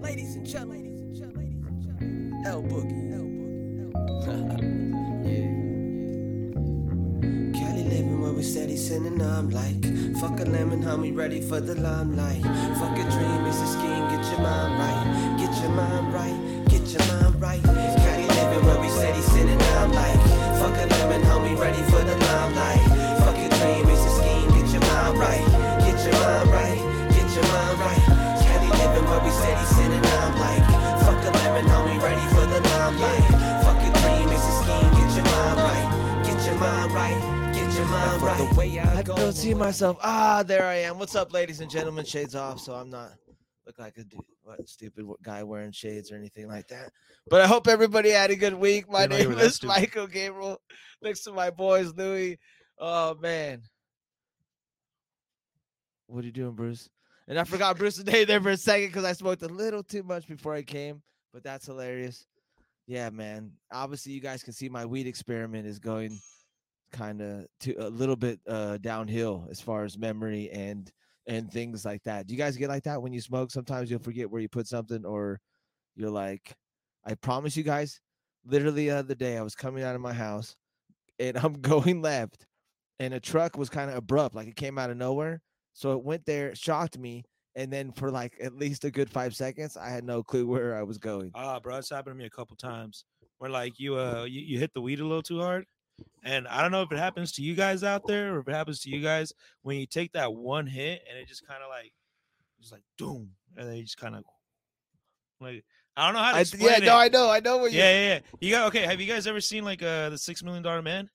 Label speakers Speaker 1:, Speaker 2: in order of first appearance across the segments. Speaker 1: ladies and gentlemen, ladies and gentlemen, L Boogie, L Boogie, L Boogie. Cali living where we steady sending, I'm like, fuck a lemon, homie, ready for the limelight. Fuck a dream, it's a scheme, get your mind right, get your mind right, get your mind right. Cali living where we steady sending, I'm like, fuck a lemon, homie, ready for the limelight. Fuck a dream, it's a scheme, get your mind right, get your mind right, get your mind right living where we steady sitting. I'm like, fuck a lemon, homie, ready for the limelight. Fuck a dream, it's a scheme. Get your mind right, get your mind right, get your mind right. The way I,
Speaker 2: I
Speaker 1: go,
Speaker 2: don't see myself. Ah, there I am. What's up, ladies and gentlemen? Shades off, so I'm not look like a dude, what, stupid guy wearing shades or anything like that. But I hope everybody had a good week. My
Speaker 3: You're not
Speaker 2: name
Speaker 3: even that
Speaker 2: is
Speaker 3: stupid.
Speaker 2: Michael Gabriel. Next to my boys, Louis. Oh man, what are you doing, Bruce? And I forgot Bruce's name there for a second because I smoked a little too much before I came. But that's hilarious. Yeah, man. Obviously, you guys can see my weed experiment is going kind of to a little bit uh downhill as far as memory and and things like that. Do you guys get like that when you smoke? Sometimes you'll forget where you put something, or you're like, I promise you guys, literally the other day I was coming out of my house and I'm going left, and a truck was kind of abrupt, like it came out of nowhere. So it went there, shocked me, and then for like at least a good five seconds, I had no clue where I was going.
Speaker 3: Ah, bro, it's happened to me a couple times where like you uh you, you hit the weed a little too hard. And I don't know if it happens to you guys out there or if it happens to you guys when you take that one hit and it just kind of like just like doom and then you just kind of like I don't know how to
Speaker 2: I,
Speaker 3: explain
Speaker 2: yeah,
Speaker 3: it.
Speaker 2: no, I know, Oh, I know what you.
Speaker 3: yeah, yeah, yeah. You got okay. Have you guys ever seen like uh the six million dollar man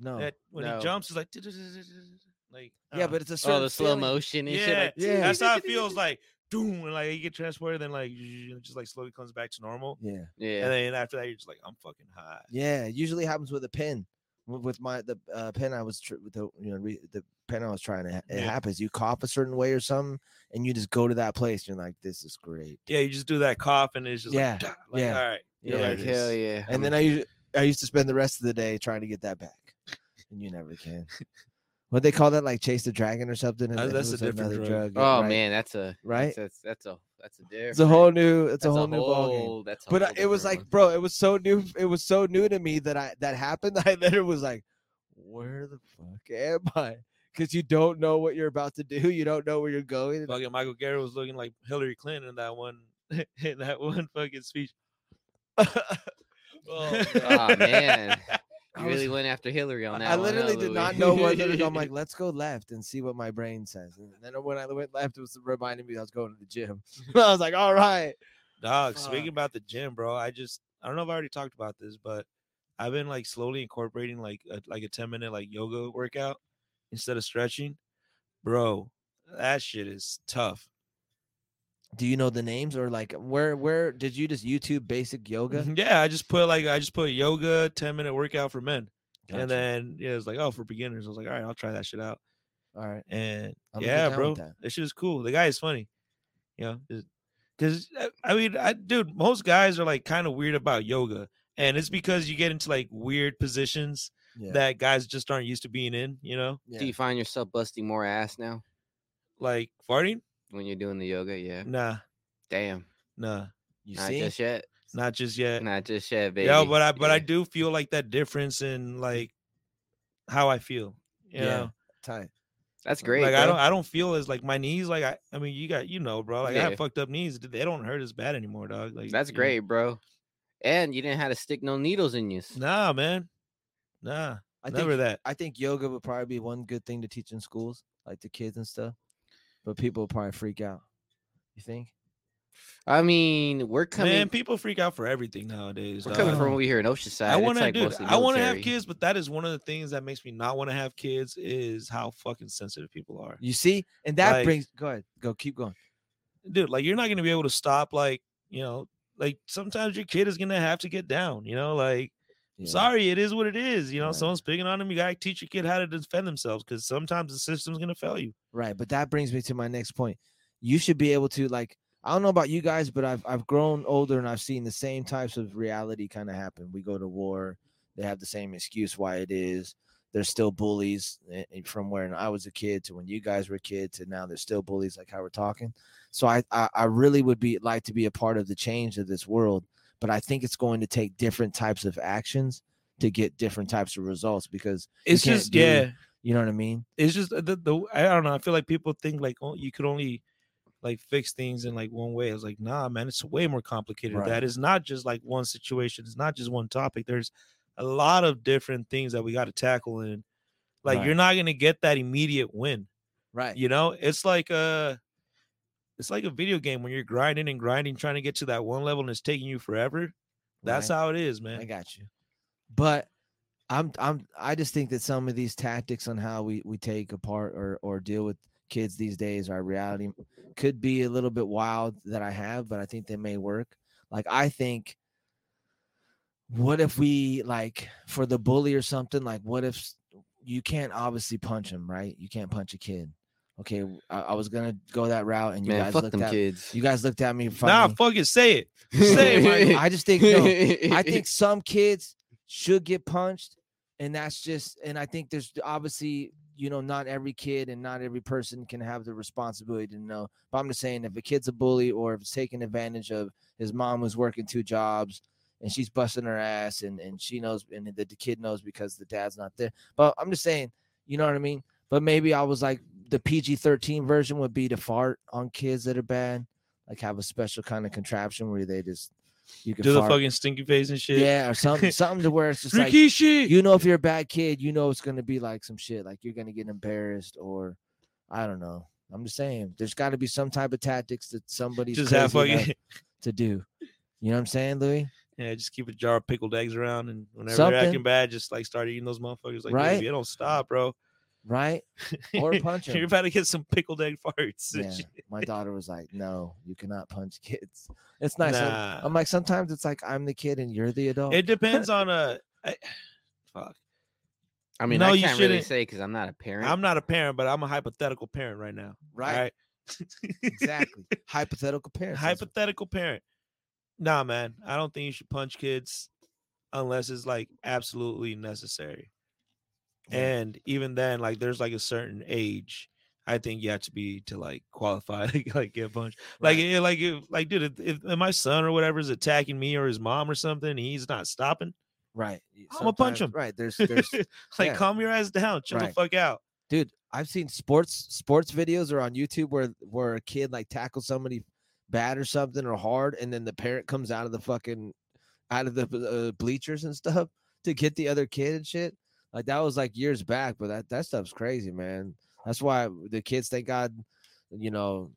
Speaker 2: No.
Speaker 3: that when
Speaker 2: Oh, no.
Speaker 3: he jumps is like "Du-du-du-du-du-du-du," like
Speaker 2: yeah,
Speaker 3: uh,
Speaker 2: but it's a certain
Speaker 4: Oh, the slow
Speaker 2: feeling.
Speaker 4: motion and
Speaker 3: yeah,
Speaker 4: shit. Like,
Speaker 2: Yeah.
Speaker 3: that's how it feels like doom and like you get transported then like it just like slowly comes back to normal
Speaker 2: Yeah.
Speaker 4: yeah.
Speaker 3: and then after that you're just like I'm fucking high.
Speaker 2: Yeah, it usually happens with a pen. W- With my the uh, pen I was tr- with the you know re- the pen I was trying to ha- it
Speaker 3: Yeah.
Speaker 2: happens. You cough a certain way or something, and you just go to that place. And you're like, this is great.
Speaker 3: Yeah, you just do that cough and it's just
Speaker 2: Yeah,
Speaker 3: like, "Duh," like,
Speaker 2: yeah,
Speaker 3: all right.
Speaker 4: You're
Speaker 2: Yeah,
Speaker 4: like,
Speaker 2: it
Speaker 4: hell
Speaker 2: is.
Speaker 4: yeah.
Speaker 2: And then I usually I used to spend the rest of the day trying to get that back, and you never can. What they call that, like chase the dragon or something? and
Speaker 3: Uh,
Speaker 2: it
Speaker 3: that's a
Speaker 2: was
Speaker 3: different
Speaker 2: another
Speaker 3: drug.
Speaker 2: yeah,
Speaker 4: Oh
Speaker 2: right,
Speaker 4: man, that's a
Speaker 2: right?
Speaker 4: That's that's, that's a that's a different.
Speaker 2: It's a whole new. It's
Speaker 4: that's
Speaker 2: a whole new ballgame.
Speaker 4: whole- That's a
Speaker 2: but
Speaker 4: whole
Speaker 2: I- it was
Speaker 4: different
Speaker 2: like, bro, it was so new. It was so new to me that I that happened. I literally was like, where the fuck am I? Because you don't know what you're about to do. You don't know where you're going. and-
Speaker 3: Fucking Michael Garrett was looking like Hillary Clinton in that one in that one fucking speech.
Speaker 2: Oh,
Speaker 4: one. Oh man,
Speaker 2: I
Speaker 4: you
Speaker 2: was-
Speaker 4: really went after Hillary on
Speaker 2: I-
Speaker 4: that.
Speaker 2: I
Speaker 4: one, huh,
Speaker 2: literally did not
Speaker 4: Louis?
Speaker 2: know whether to go. I'm like, let's go left and see what my brain says. And then when I went left, it was reminding me I was going to the gym. I was like, all right.
Speaker 3: Dog, speaking about the gym, bro, I just I don't know if I already talked about this, but I've been like slowly incorporating like a, like a 10 minute like yoga workout instead of stretching. Bro, that shit is tough.
Speaker 2: Do you know the names or like where where did you just YouTube basic yoga?
Speaker 3: Yeah, I just put like I just put yoga 10 minute workout for men.
Speaker 2: Gotcha.
Speaker 3: And then yeah, it's like, oh, for beginners. I was like, all right, I'll try that shit out.
Speaker 2: all right.
Speaker 3: And
Speaker 2: I'm gonna get
Speaker 3: yeah,
Speaker 2: down
Speaker 3: bro,
Speaker 2: with
Speaker 3: that.
Speaker 2: that.
Speaker 3: shit is cool. The guy is funny, you know, because I mean, I, dude, most guys are like kind of weird about yoga, and it's because you get into like weird positions
Speaker 2: Yeah.
Speaker 3: that guys just aren't used to being in, you know,
Speaker 2: yeah.
Speaker 4: Do you find yourself busting more ass now
Speaker 3: like farting.
Speaker 4: when you're doing the yoga? Yeah.
Speaker 3: Nah,
Speaker 4: Damn.
Speaker 3: nah,
Speaker 2: You
Speaker 4: Not
Speaker 2: see?
Speaker 4: just yet.
Speaker 3: not just yet.
Speaker 4: Not just yet, baby.
Speaker 3: yeah, but I but I
Speaker 4: Yeah.
Speaker 3: do feel like that difference in like how I feel. You
Speaker 2: Yeah.
Speaker 3: know?
Speaker 2: Tight.
Speaker 4: That's great.
Speaker 3: Like
Speaker 4: bro.
Speaker 3: I don't I don't feel as like my knees like I I mean you got you know bro like I
Speaker 4: Yeah.
Speaker 3: have fucked up knees they don't hurt as bad anymore dog like
Speaker 4: That's
Speaker 3: you know.
Speaker 4: great, bro. And you didn't have to stick no needles in you.
Speaker 3: nah man nah
Speaker 2: I think
Speaker 3: never that
Speaker 2: I think yoga would probably be one good thing to teach in schools, like to kids and stuff. But people will probably freak out. You think?
Speaker 4: I mean, we're coming.
Speaker 3: man people freak out for everything nowadays
Speaker 4: we're coming
Speaker 3: dog.
Speaker 4: from over here in Oceanside.
Speaker 3: um, I
Speaker 4: It's
Speaker 3: want to
Speaker 4: like
Speaker 3: dude
Speaker 4: mostly
Speaker 3: I want to have
Speaker 4: military.
Speaker 3: kids but that is one of the things that makes me not want to have kids is how fucking sensitive people are
Speaker 2: You see? And that
Speaker 3: Like-
Speaker 2: brings go ahead. Go keep going.
Speaker 3: dude like you're not gonna be able to stop like you know like sometimes your kid is gonna have to get down you know like
Speaker 2: Yeah.
Speaker 3: sorry it is what it is you know
Speaker 2: Right.
Speaker 3: someone's picking on them you gotta teach your kid how to defend themselves because sometimes the system's gonna fail you.
Speaker 2: Right. But that brings me to my next point. You should be able to like I don't know about you guys, but I've I've grown older and I've seen the same types of reality kind of happen. We go to war, they have the same excuse why it is. there's still bullies eh, eh, from when I was a kid to when you guys were kids, and now there's still bullies like how we're talking. So I, I, I really would be like to be a part of the change of this world, but I think it's going to take different types of actions to get different types of results because
Speaker 3: It's
Speaker 2: can't
Speaker 3: just
Speaker 2: do-
Speaker 3: yeah.
Speaker 2: you know what I mean.
Speaker 3: It's just uh, the, the I don't know. I feel like people think like oh, you could only like fix things in like one way. I was like, nah, man, it's way more complicated. than
Speaker 2: Right.
Speaker 3: That it's not just like one situation. It's not just one topic. There's a lot of different things that we got to tackle, and like you're not gonna get that immediate win.
Speaker 2: Right.
Speaker 3: eh, You know, it's like a it's like a video game when you're grinding and grinding, trying to get to that one level, and it's taking you forever. That's
Speaker 2: right.
Speaker 3: how it is, man.
Speaker 2: I got you. But I'm I'm I just think that some of these tactics on how we we take apart or or deal with kids these days, our reality could be a little bit wild that I have, but I think they may work. Like I think what if we like for the bully or something like what if s- you can't obviously punch him right you can't punch a kid okay w- i, I was gonna go that route and you
Speaker 4: Man,
Speaker 2: guys
Speaker 4: fuck
Speaker 2: looked
Speaker 4: them
Speaker 2: at
Speaker 4: kids.
Speaker 2: you guys looked at me
Speaker 3: Nah,
Speaker 2: funny.
Speaker 3: fucking say it.
Speaker 2: Say it, Mike. i just think no, I think
Speaker 4: think
Speaker 2: some kids should get punched, and that's just. And I think there's obviously, you know, not every kid and not every person can have the responsibility to know. But I'm just saying, if a kid's a bully or if it's taking advantage of his mom was working two jobs and she's busting her ass, and and she knows, and the, the kid knows because the dad's not there. But I'm just saying, you know what I mean. But maybe I was like the PG-13 version would be to fart on kids that are bad, like have a special kind of contraption where they just you can
Speaker 3: Do the
Speaker 2: fart.
Speaker 3: fucking stinky face and shit.
Speaker 2: Yeah, or something, something to where it's just like
Speaker 3: Ricky shit.
Speaker 2: you know if you're a bad kid, you know it's gonna be like some shit, like you're gonna get embarrassed or I don't know. I'm just saying, there's got to be some type of tactics that somebody's
Speaker 3: just have
Speaker 2: crazy enough
Speaker 3: fucking
Speaker 2: to do. You know what I'm saying, Louis?
Speaker 3: yeah. Just keep a jar of pickled eggs around, and whenever you're
Speaker 2: Something.
Speaker 3: acting bad, just like start eating those motherfuckers. Like
Speaker 2: Right?
Speaker 3: right? it don't stop, bro.
Speaker 2: Right? Or punch 'em.
Speaker 3: you're about to get some pickled egg farts. and
Speaker 2: Yeah.
Speaker 3: shit.
Speaker 2: My daughter was like, "No, you cannot punch kids." It's nice. I'm-
Speaker 3: Nah.
Speaker 2: I'm like, sometimes it's like I'm the kid and you're the adult.
Speaker 3: It depends on a. I, fuck.
Speaker 4: I mean,
Speaker 3: No,
Speaker 4: I
Speaker 3: you
Speaker 4: can't really
Speaker 3: shouldn't.
Speaker 4: say because I'm not a parent.
Speaker 3: I'm not a parent, but I'm a hypothetical parent right now.
Speaker 2: right?
Speaker 3: All right.
Speaker 2: Exactly. Hypothetical parents. that's what-
Speaker 3: hypothetical parent. Nah, man, I don't think you should punch kids unless it's like absolutely necessary.
Speaker 2: Yeah.
Speaker 3: And even then, like there's like a certain age. I think you have to be to like qualify to like get punched. Like,
Speaker 2: Right.
Speaker 3: it, like, if, like, dude, if, if my son or whatever is attacking me or his mom or something, and he's not stopping.
Speaker 2: right.
Speaker 3: I'ma punch
Speaker 2: sometimes-
Speaker 3: 'em.
Speaker 2: Right. There's
Speaker 3: like,
Speaker 2: there's yeah.
Speaker 3: calm your ass down, chill
Speaker 2: Right.
Speaker 3: the fuck out.
Speaker 2: dude i've seen sports sports videos or on youtube where where a kid like tackles somebody bad or something or hard and then the parent comes out of the fucking out of the b- uh, bleachers and stuff to get the other kid and shit like that was like years back but that that stuff's crazy man that's why the kids thank god you know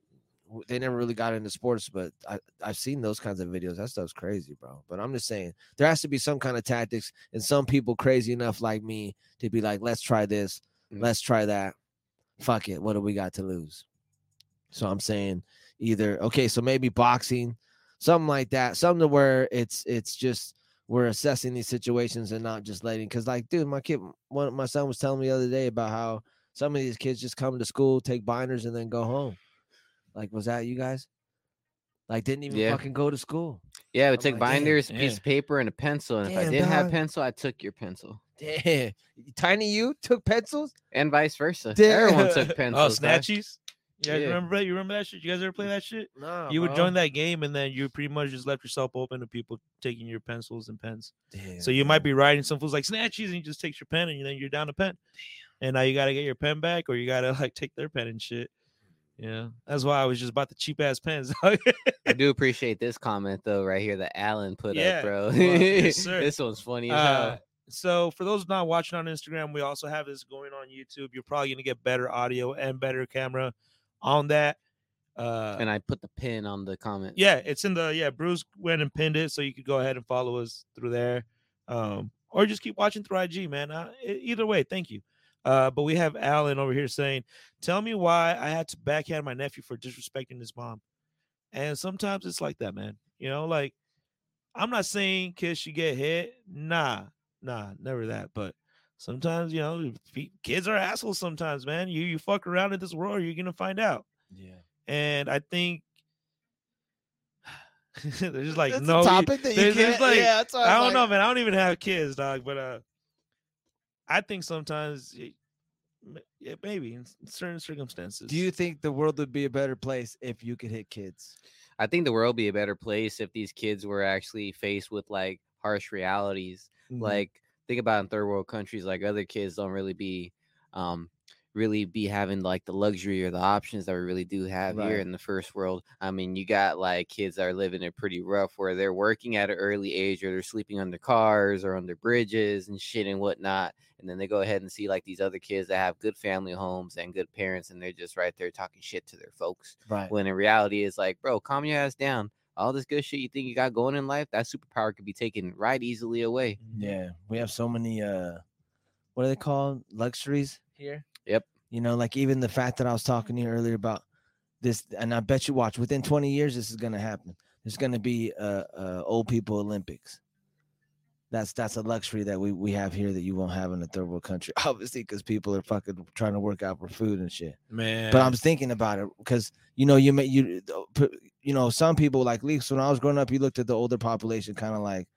Speaker 2: w- they never really got into sports but I, i've seen those kinds of videos that stuff's crazy bro but i'm just saying there has to be some kind of tactics and some people crazy enough like me to be like let's try this
Speaker 4: Mm.
Speaker 2: let's try that. Fuck it. What do we got to lose? So I'm saying either okay, so maybe boxing, something like that, something to where it's it's just we're assessing these situations and not just letting because like dude, my kid one my son was telling me the other day about how some of these kids just come to school, take binders, and then go home. Like, was that you guys? Like didn't even
Speaker 4: Yeah.
Speaker 2: fucking go to school.
Speaker 4: yeah, we
Speaker 2: I'm
Speaker 4: took
Speaker 2: like, damn,
Speaker 4: binders, a
Speaker 3: yeah.
Speaker 4: piece of paper, and a pencil. And if I
Speaker 2: Damn,
Speaker 4: didn't have
Speaker 2: dog.
Speaker 4: pencil, I took your pencil,
Speaker 2: Damn. Tiny you took pencils?
Speaker 4: and vice versa.
Speaker 2: Damn.
Speaker 4: Everyone took
Speaker 3: Oh,
Speaker 4: pencils. dog.
Speaker 3: snatchies. You guys
Speaker 4: Yeah.
Speaker 3: remember that? You remember that shit? You guys ever
Speaker 2: Mm.
Speaker 3: play that shit?
Speaker 2: No.
Speaker 3: you would join that game and then you pretty much just left yourself open to people taking your pencils and pens. So you might be writing some fools like snatchies and you just takes your pen and then you're down a pen. And now you gotta get your pen back or you gotta like take their pen and shit. Yeah. That's why I was just about the cheap ass pens. dog.
Speaker 4: I do appreciate this comment though, right here that Alan put
Speaker 3: Yeah,
Speaker 4: up, bro.
Speaker 3: well, yes, sir.
Speaker 4: this one's funny. as
Speaker 3: Uh,
Speaker 4: hell.
Speaker 3: so for those not watching on Instagram, we also have this going on YouTube. You're probably gonna get better audio and better camera on that. Uh
Speaker 4: and I put the pin on the comment.
Speaker 3: yeah, it's in the yeah. Bruce went and pinned it, so you could go ahead and follow us through there, um, or just keep watching through IG, man. Uh, e- either way, thank you. Uh, but we have Alan over here saying, "Tell me why I had to backhand my nephew for disrespecting his mom." And sometimes it's like that, man. You know, like I'm not saying kids should get hit. Nah, nah, never that. But sometimes, you know, pe- kids are assholes. Sometimes, man. You you fuck around in this world, you're gonna find out.
Speaker 2: Yeah.
Speaker 3: And I think there's just like
Speaker 2: That's a
Speaker 3: no. you-
Speaker 2: topic that you
Speaker 3: there's- there's
Speaker 2: can't.
Speaker 3: like-
Speaker 2: yeah, that's what was
Speaker 3: I
Speaker 2: like,
Speaker 3: don't know, man. I don't even have kids, dog. But uh, I think sometimes, it, m- yeah, maybe in s- certain circumstances.
Speaker 2: Do you think the world would be a better place if you could hit kids?
Speaker 4: I think the world would be a better place if these kids were actually faced with like harsh realities.
Speaker 2: Mm-hmm.
Speaker 4: Like think about in third world countries, like other kids don't really be um really be having like the luxury or the options that we really do have here
Speaker 2: Right.
Speaker 4: in the first world. I mean, you got like kids that are living it pretty rough where they're working at an early age or they're sleeping under cars or under bridges and shit and whatnot. And then they go ahead and see like these other kids that have good family homes and good parents and they're just right there talking shit to their folks
Speaker 2: right.
Speaker 4: when in reality it's like, bro, calm your ass down. All this good shit you think you got going in life, that superpower could be taken right easily away.
Speaker 2: Yeah, we have so many uh what are they called? Luxuries here.
Speaker 4: Yep.
Speaker 2: You know, like even the fact that I was talking to you earlier about this, and I bet you watch within 20 years this is gonna happen. There's gonna be uh, uh old people Olympics. That's that's a luxury that we we have here that you won't have in a third world country, obviously, because people are fucking trying to work out for food and shit
Speaker 3: man?
Speaker 2: but I'm thinking about it because you know you may you uh, p- you know some people like leaks when I was growing up you looked at the older population kind of like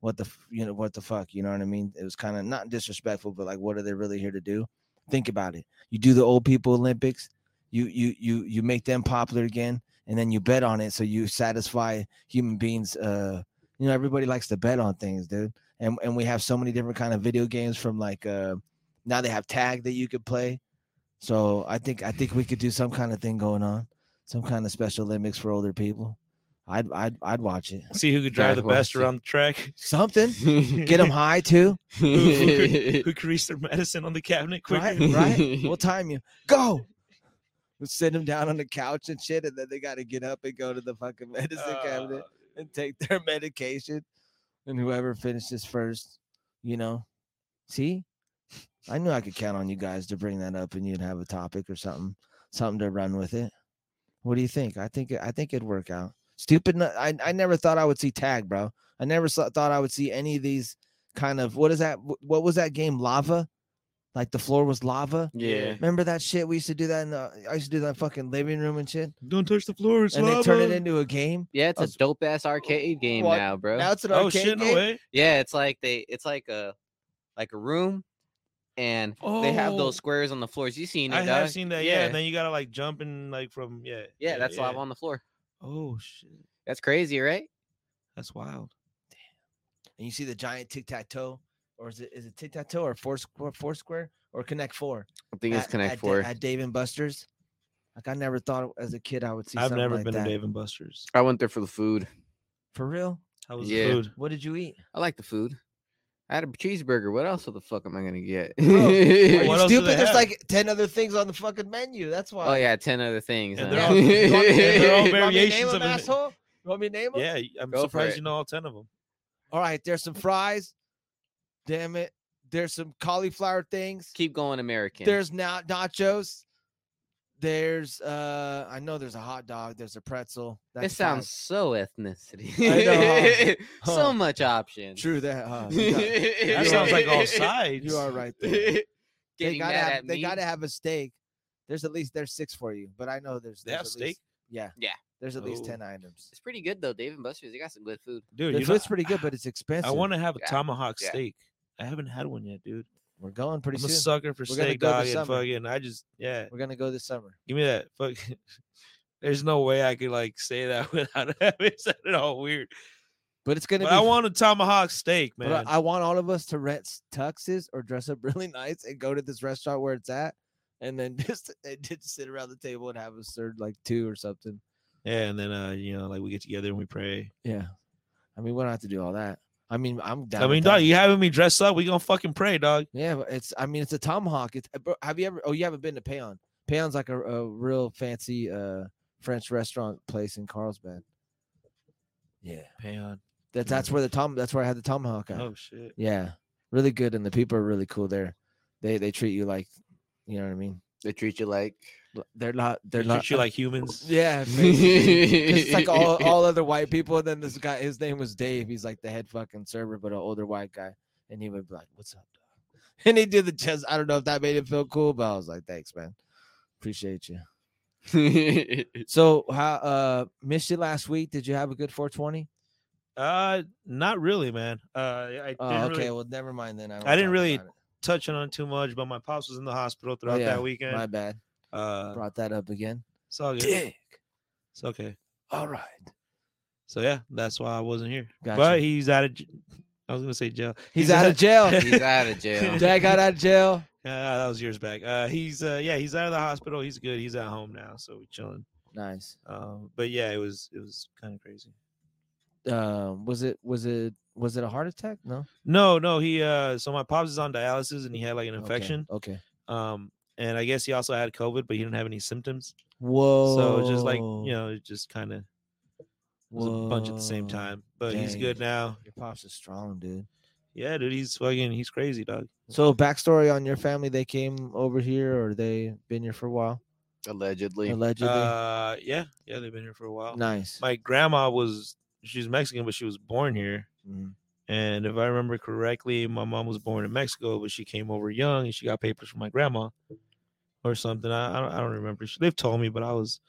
Speaker 2: what the f- you know what the fuck you know what I mean it was kind of not disrespectful but like what are they really here to do think about it you do the old people Olympics you you you you make them popular again and then you bet on it so you satisfy human beings uh you know everybody likes to bet on things dude and and we have so many different kind of video games from like uh now they have tag that you could play so I think I think we could do some kind of thing going on, some kind of special Olympics for older people. I'd I'd I'd watch it.
Speaker 3: see who could drive the
Speaker 4: Jaguars,
Speaker 3: best
Speaker 4: yeah.
Speaker 3: around the track.
Speaker 2: Something get them high too,
Speaker 3: Who could reach their medicine on the cabinet quicker?
Speaker 2: right? Right? We'll time you. Go. We'll sit them down on the couch and shit, and then they got to get up and go to the fucking medicine cabinet
Speaker 3: Uh,
Speaker 2: and take their medication, and whoever finishes first, you know. See, I knew I could count on you guys to bring that up, and you'd have a topic or something, something to run with it. What do you think? I think it- I think it'd work out. Stupid. no- I I never thought I would see tag, bro. I never saw, thought I would see any of these kind of what is that? wh- What was that game? Lava, like the floor was lava.
Speaker 4: yeah.
Speaker 2: Remember that shit? We used to do that in the. I used to do that in fucking living room and shit,
Speaker 3: Don't touch the floor. It's
Speaker 2: and they turn it
Speaker 3: lava.
Speaker 2: into a game.
Speaker 4: Yeah, it's
Speaker 2: Us-
Speaker 4: a dope ass arcade game
Speaker 2: What?
Speaker 4: now, bro.
Speaker 2: Now it's an
Speaker 3: Oh
Speaker 2: arcade
Speaker 3: shit!
Speaker 2: game.
Speaker 3: No way.
Speaker 4: yeah, it's like they it's like a like a room and they have
Speaker 3: Oh.
Speaker 4: those squares on the floors. You seen it,
Speaker 3: I have
Speaker 4: dog?
Speaker 3: seen that. Yeah. and then you gotta like jump and like from yeah.
Speaker 4: yeah, that's
Speaker 3: yeah.
Speaker 4: live on the floor.
Speaker 3: Oh shit,
Speaker 4: That's crazy, right?
Speaker 3: that's wild.
Speaker 2: and you see the giant tic tac toe, or is it is it tic tac toe or four square, four square or Connect Four?
Speaker 4: I think it's
Speaker 2: at-
Speaker 4: Connect
Speaker 2: at, Da-
Speaker 4: Four.
Speaker 2: at Dave and Buster's. Like I never thought as a kid I would see.
Speaker 3: I've
Speaker 2: something
Speaker 3: never
Speaker 2: like
Speaker 3: been
Speaker 2: that.
Speaker 3: to Dave and Buster's.
Speaker 4: I went there for the food.
Speaker 2: For real?
Speaker 3: How was
Speaker 4: Yeah.
Speaker 3: the food?
Speaker 2: What did you eat?
Speaker 4: I like the food. I had a cheeseburger. What else the fuck am I gonna get?
Speaker 2: Are you
Speaker 3: What else do they
Speaker 2: stupid? There's
Speaker 3: have?
Speaker 2: like ten other things on the fucking menu. That's why.
Speaker 4: Oh yeah, ten other things.
Speaker 3: And
Speaker 4: huh?
Speaker 3: they're all- and they're all
Speaker 2: You want me to name
Speaker 3: variations
Speaker 2: 'em,
Speaker 3: of it.
Speaker 2: asshole. You want me to name 'em?
Speaker 3: Yeah, y- I'm
Speaker 4: Go for
Speaker 3: surprised
Speaker 4: it.
Speaker 3: you know all ten of them.
Speaker 2: All right. There's some fries. Damn it. There's some cauliflower things.
Speaker 4: Keep going, American.
Speaker 2: There's now nachos. There's uh I know there's a hot dog. There's a pretzel. That's
Speaker 4: it
Speaker 2: five.
Speaker 4: sounds so ethnicity.
Speaker 2: I huh? Huh.
Speaker 4: so much option.
Speaker 2: true. That huh, you got-
Speaker 3: That
Speaker 2: You
Speaker 4: that
Speaker 3: sounds
Speaker 2: are-
Speaker 3: like all sides.
Speaker 2: you are right. There.
Speaker 4: Getting
Speaker 2: they gotta
Speaker 4: mad
Speaker 2: have,
Speaker 4: at
Speaker 2: they
Speaker 4: me.
Speaker 2: gotta have a steak. There's at least there's six for you, but I know there's,
Speaker 3: They
Speaker 2: there's
Speaker 3: have
Speaker 2: at
Speaker 3: steak?
Speaker 2: least- yeah,
Speaker 4: Yeah.
Speaker 2: There's at least
Speaker 3: Oh.
Speaker 2: ten items.
Speaker 4: It's pretty good though. Dave and Buster's, they got some good food.
Speaker 3: dude.
Speaker 2: The
Speaker 3: you know-
Speaker 2: food's pretty good, but it's expensive.
Speaker 3: I want to have a
Speaker 4: Yeah.
Speaker 3: tomahawk
Speaker 4: Yeah.
Speaker 3: steak. I haven't had one yet, dude.
Speaker 2: We're going pretty
Speaker 3: I'm a
Speaker 2: soon.
Speaker 3: sucker for
Speaker 2: We're gonna
Speaker 3: steak,
Speaker 2: go
Speaker 3: dog,
Speaker 2: this
Speaker 3: and
Speaker 2: summer.
Speaker 3: fucking. I just yeah.
Speaker 2: We're gonna go this summer.
Speaker 3: Give me that. Fuck. There's no way I could like say that without having said it all weird.
Speaker 2: But it's gonna
Speaker 3: But
Speaker 2: be.
Speaker 3: I want a tomahawk steak, man.
Speaker 2: but I, I want all of us to rent s- tuxes or dress up really nice and go to this restaurant where it's at, and then just and just sit around the table and have us served like two or something.
Speaker 3: yeah, and then uh, you know, like we get together and we pray.
Speaker 2: Yeah, I mean we don't have to do all that. I mean I'm down.
Speaker 3: I
Speaker 2: with
Speaker 3: mean,
Speaker 2: that.
Speaker 3: dog, you having me dress up? We gonna fucking pray, dog.
Speaker 2: Yeah, but it's. I mean, it's a tomahawk. It's. uh, bro, Have you ever? Oh, you haven't been to Payon. Payon's like a, a real fancy uh French restaurant place in Carlsbad. Yeah,
Speaker 3: Pay on.
Speaker 2: that that's where the tom. That's where I had the tomahawk at.
Speaker 3: Oh shit.
Speaker 2: Yeah, really good, and the people are really cool there. They they treat you like, you know what I mean.
Speaker 4: They treat you like
Speaker 2: L- They're not. They're
Speaker 3: They
Speaker 2: not.
Speaker 3: treat you like humans.
Speaker 2: Yeah, basically. 'Cause it's like all, all other white people. And then this guy, his name was Dave. He's like the head fucking server, but an older white guy. And he would be like, What's up, dog? And he did the chest. I don't know if that made him feel cool, but I was like, Thanks, man. Appreciate you. So how uh missed you last week. Did you have a good 420?
Speaker 3: Uh, not really, man. Uh, I didn't
Speaker 2: Oh, okay.
Speaker 3: really
Speaker 2: Oh, Well, never mind then. I, don't
Speaker 3: I didn't
Speaker 2: talk
Speaker 3: really
Speaker 2: about it.
Speaker 3: touching on too much, but my pops was in the hospital throughout
Speaker 2: Oh, yeah,
Speaker 3: that weekend.
Speaker 2: My bad.
Speaker 3: uh,
Speaker 2: Brought that up again.
Speaker 3: it's all good.
Speaker 2: Dick.
Speaker 3: It's okay.
Speaker 2: All right.
Speaker 3: So yeah, that's why I wasn't here.
Speaker 2: Gotcha.
Speaker 3: But he's out of. j- I was gonna say jail.
Speaker 2: He's, out of jail.
Speaker 4: He's out of jail.
Speaker 2: Dad got out of jail.
Speaker 3: Uh, that was years back. Uh, he's uh, yeah, he's out of the hospital. He's good. He's at home now, so we chilling.
Speaker 2: Nice.
Speaker 3: Um, but yeah, it was it was kind of crazy.
Speaker 2: Um, was it was it was it a heart attack? No.
Speaker 3: No, no, he uh, so my pops is on dialysis and he had like an infection.
Speaker 2: Okay. okay.
Speaker 3: Um, and I guess he also had COVID, but he didn't have any symptoms.
Speaker 2: Whoa.
Speaker 3: So it's just like
Speaker 2: Oh.
Speaker 3: you know, it just kind of was a bunch at the same
Speaker 2: Whoa.
Speaker 3: time. But he's
Speaker 2: Dang.
Speaker 3: good now.
Speaker 2: Your pops is strong, dude.
Speaker 3: Yeah, dude, he's fucking he's crazy, dog.
Speaker 2: So backstory on your family, they came over here or they been here for a while.
Speaker 4: Allegedly.
Speaker 2: Allegedly.
Speaker 3: Uh, yeah, yeah, they've been here for a while.
Speaker 2: nice.
Speaker 3: My grandma was she's Mexican, but she was born here.
Speaker 2: Mhm.
Speaker 3: And if I remember correctly, my mom was born in Mexico, but she came over young and she got papers from my grandma or something. I, I, don't, I don't remember. She, they've told me, but I was, I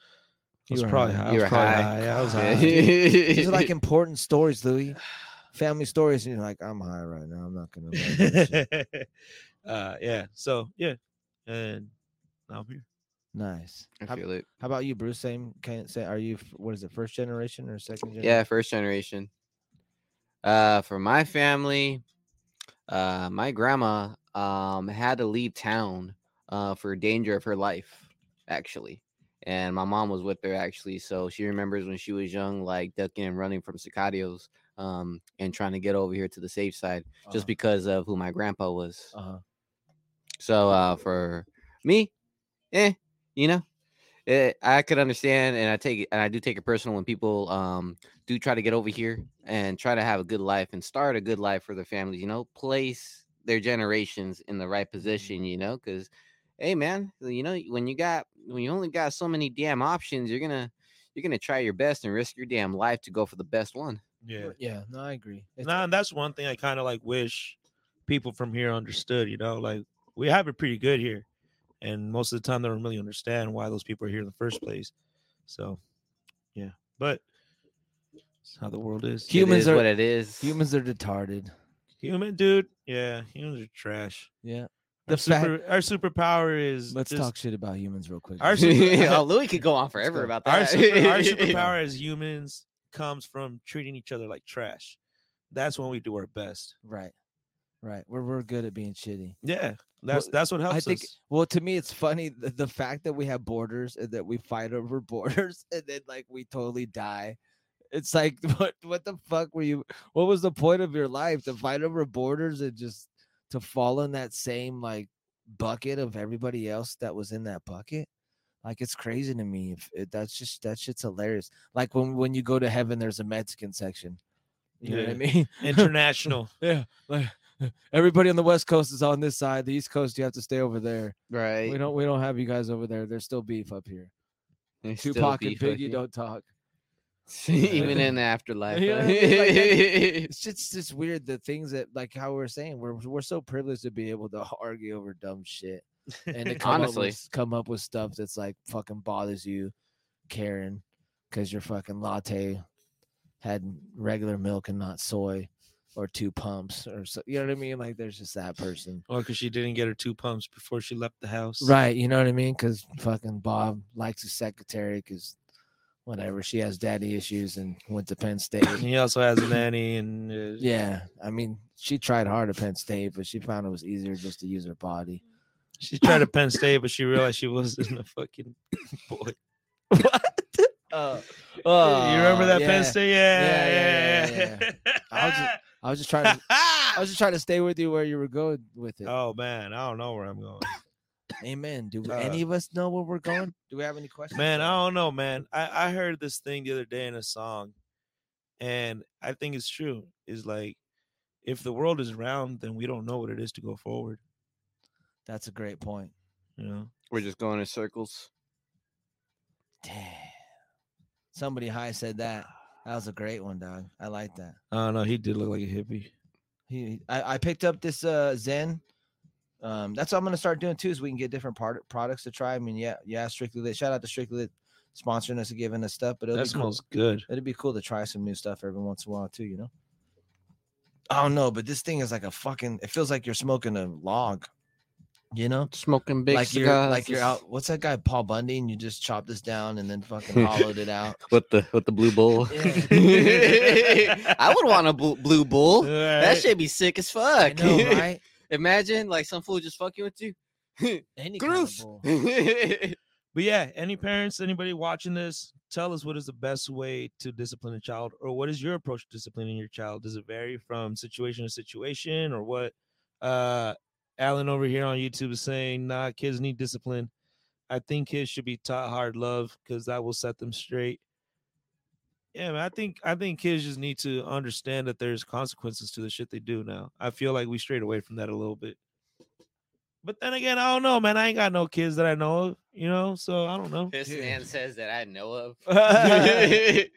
Speaker 2: You
Speaker 3: was
Speaker 2: were
Speaker 3: probably
Speaker 2: high.
Speaker 3: high. I
Speaker 4: You
Speaker 3: was
Speaker 4: were
Speaker 3: probably
Speaker 4: high.
Speaker 3: high. I was
Speaker 2: God.
Speaker 3: high.
Speaker 2: These are like important stories, Louis. Family stories, and you're like, I'm high right now. I'm not gonna. like that shit."
Speaker 3: uh, yeah. So, yeah. And now I'm here.
Speaker 2: nice.
Speaker 4: I
Speaker 2: How,
Speaker 4: feel it.
Speaker 2: how about you, Bruce? Same can say. Are you f- what is it? First generation or second generation?
Speaker 4: Yeah, first generation. Uh, for my family, uh, my grandma um had to leave town uh for danger of her life, actually. And my mom was with her actually, so she remembers when she was young, like ducking and running from sicarios, um, and trying to get over here to the safe side, just because of who my grandpa was.
Speaker 2: Uh-huh.
Speaker 4: So uh, for me, eh, you know, eh, I could understand, and I take it, and I do take it personal when people um do try to get over here and try to have a good life and start a good life for their families. You know, place their generations in the
Speaker 3: Mm-hmm.
Speaker 4: right position. You know, because hey, man, you know when you got when you only got so many damn options, you're gonna you're gonna try your best and risk your damn life to go for the best one.
Speaker 3: Yeah.
Speaker 2: Yeah. No, I agree. It's-
Speaker 3: Nah, and that's one thing I kind of like wish people from here understood. You know, like we have it pretty good here, and most of the time they don't really understand why those people are here in the first place. So, yeah, but it's how the world is.
Speaker 4: It
Speaker 2: Humans
Speaker 4: is
Speaker 2: are-
Speaker 4: what it is.
Speaker 2: humans are retarded.
Speaker 3: Human, dude. Yeah, humans are trash.
Speaker 2: Yeah. The
Speaker 3: Our,
Speaker 2: fact-
Speaker 3: super, our superpower is
Speaker 2: Let's
Speaker 3: just-
Speaker 2: talk shit about humans real quick.
Speaker 3: Our
Speaker 4: oh, Louis could go on
Speaker 2: Let's
Speaker 4: forever
Speaker 2: go.
Speaker 4: about that.
Speaker 3: Our, super, our superpower as humans comes from treating each other like trash. That's when we do our best.
Speaker 2: right. Right. We're we're good at being shitty.
Speaker 3: Yeah, that's that's what helps
Speaker 2: I think
Speaker 3: us.
Speaker 2: well to me it's funny the, the fact that we have borders and that we fight over borders and then like we totally die. It's like what what the fuck were you what was the point of your life to fight over borders and just to fall in that same like bucket of everybody else that was in that bucket? Like it's crazy to me. If it, that's just that shit's hilarious. Like when when you go to heaven there's a Mexican section. You know what I
Speaker 3: Yeah.
Speaker 2: mean?
Speaker 3: International.
Speaker 2: Yeah, like everybody on the West Coast is on this side. The East Coast, you have to stay over there.
Speaker 4: Right.
Speaker 2: We don't, we don't have you guys over there. There's still beef up here.
Speaker 4: There's still
Speaker 2: Tupac and
Speaker 4: beef with
Speaker 2: Biggie
Speaker 4: you.
Speaker 2: don't talk.
Speaker 4: even in the afterlife.
Speaker 2: Yeah,
Speaker 4: huh?
Speaker 2: yeah, It's just just weird the things that like how we're saying we're we're so privileged to be able to argue over dumb shit and to come
Speaker 4: Honestly.
Speaker 2: up with, come up with stuff that's like fucking bothers you, Karen, because your fucking latte had regular milk and not soy or two pumps or so. You know what I mean? Like there's just that person.
Speaker 3: Or because Oh, she didn't get her two pumps before she left the house.
Speaker 2: Right, you know what I mean? Because fucking Bob likes his secretary because whatever, she has daddy issues and went to Penn State.
Speaker 3: And he also has a nanny and uh,
Speaker 2: yeah, I mean, she tried hard at Penn State, but she found it was easier just to use her body.
Speaker 3: she tried at Penn State, but she realized she wasn't a fucking boy.
Speaker 4: uh,
Speaker 2: Oh,
Speaker 3: you remember that Penn State? Oh, Yeah,
Speaker 2: Yeah,
Speaker 3: yeah,
Speaker 2: yeah,
Speaker 3: yeah.
Speaker 2: yeah, I was just trying to. I was just trying to stay with you where you were going with it.
Speaker 3: oh man, I don't know where I'm going.
Speaker 2: Amen. Do
Speaker 3: uh,
Speaker 2: any of us know where we're going? Do we have any questions?
Speaker 3: Man, I
Speaker 2: or-
Speaker 3: don't know, man. I, I heard this thing the other day in a song, and I think it's true. Is like if the world is round, then we don't know what it is to go forward.
Speaker 2: That's a great point.
Speaker 3: You know?
Speaker 4: We're just going in circles.
Speaker 2: Damn. Somebody high said that. That was a great one, dog. I like that.
Speaker 3: I don't know. He did look like a hippie.
Speaker 2: He, I, I picked up this uh Zen. Um, that's what I'm gonna start doing too, is we can get different product products to try. I mean, yeah, yeah, strictly lit. Shout out to Strictly Lit sponsoring us and giving us stuff, but it'll
Speaker 3: That
Speaker 2: be cool.
Speaker 3: smells good.
Speaker 2: It'd be cool to try some new stuff every once in a while too, you know. I don't know, but this thing is like a fucking. It feels like you're smoking a log. You know,
Speaker 4: Smoking big
Speaker 2: like you're
Speaker 4: cigars
Speaker 2: like you're
Speaker 4: is-
Speaker 2: out. What's that guy Paul Bundy? And you just chopped this down and then fucking hollowed it out.
Speaker 4: with the with the blue bull.
Speaker 3: Yeah.
Speaker 4: I would want a bl- blue bull. That
Speaker 3: Alright.
Speaker 4: should be sick as
Speaker 2: I
Speaker 4: fuck.
Speaker 2: know, right?
Speaker 4: Imagine like some fool just fucking with you.
Speaker 2: Any kind of
Speaker 4: Gross.
Speaker 2: bull.
Speaker 3: But yeah, any parents, anybody watching this, tell us what is the best way to discipline a child, or what is your approach to disciplining your child? Does it vary from situation to situation, or what? Uh, Alan over here on YouTube is saying, nah, kids need discipline. I think kids should be taught hard love because that will set them straight. Yeah, man, I think I think kids just need to understand that there's consequences to the shit they do now. I feel like we strayed away from that a little bit. But then again, I don't know, man. I ain't got no kids that I know of, you know, so I don't know.
Speaker 4: this man says that I know of.
Speaker 3: Come
Speaker 4: Shit.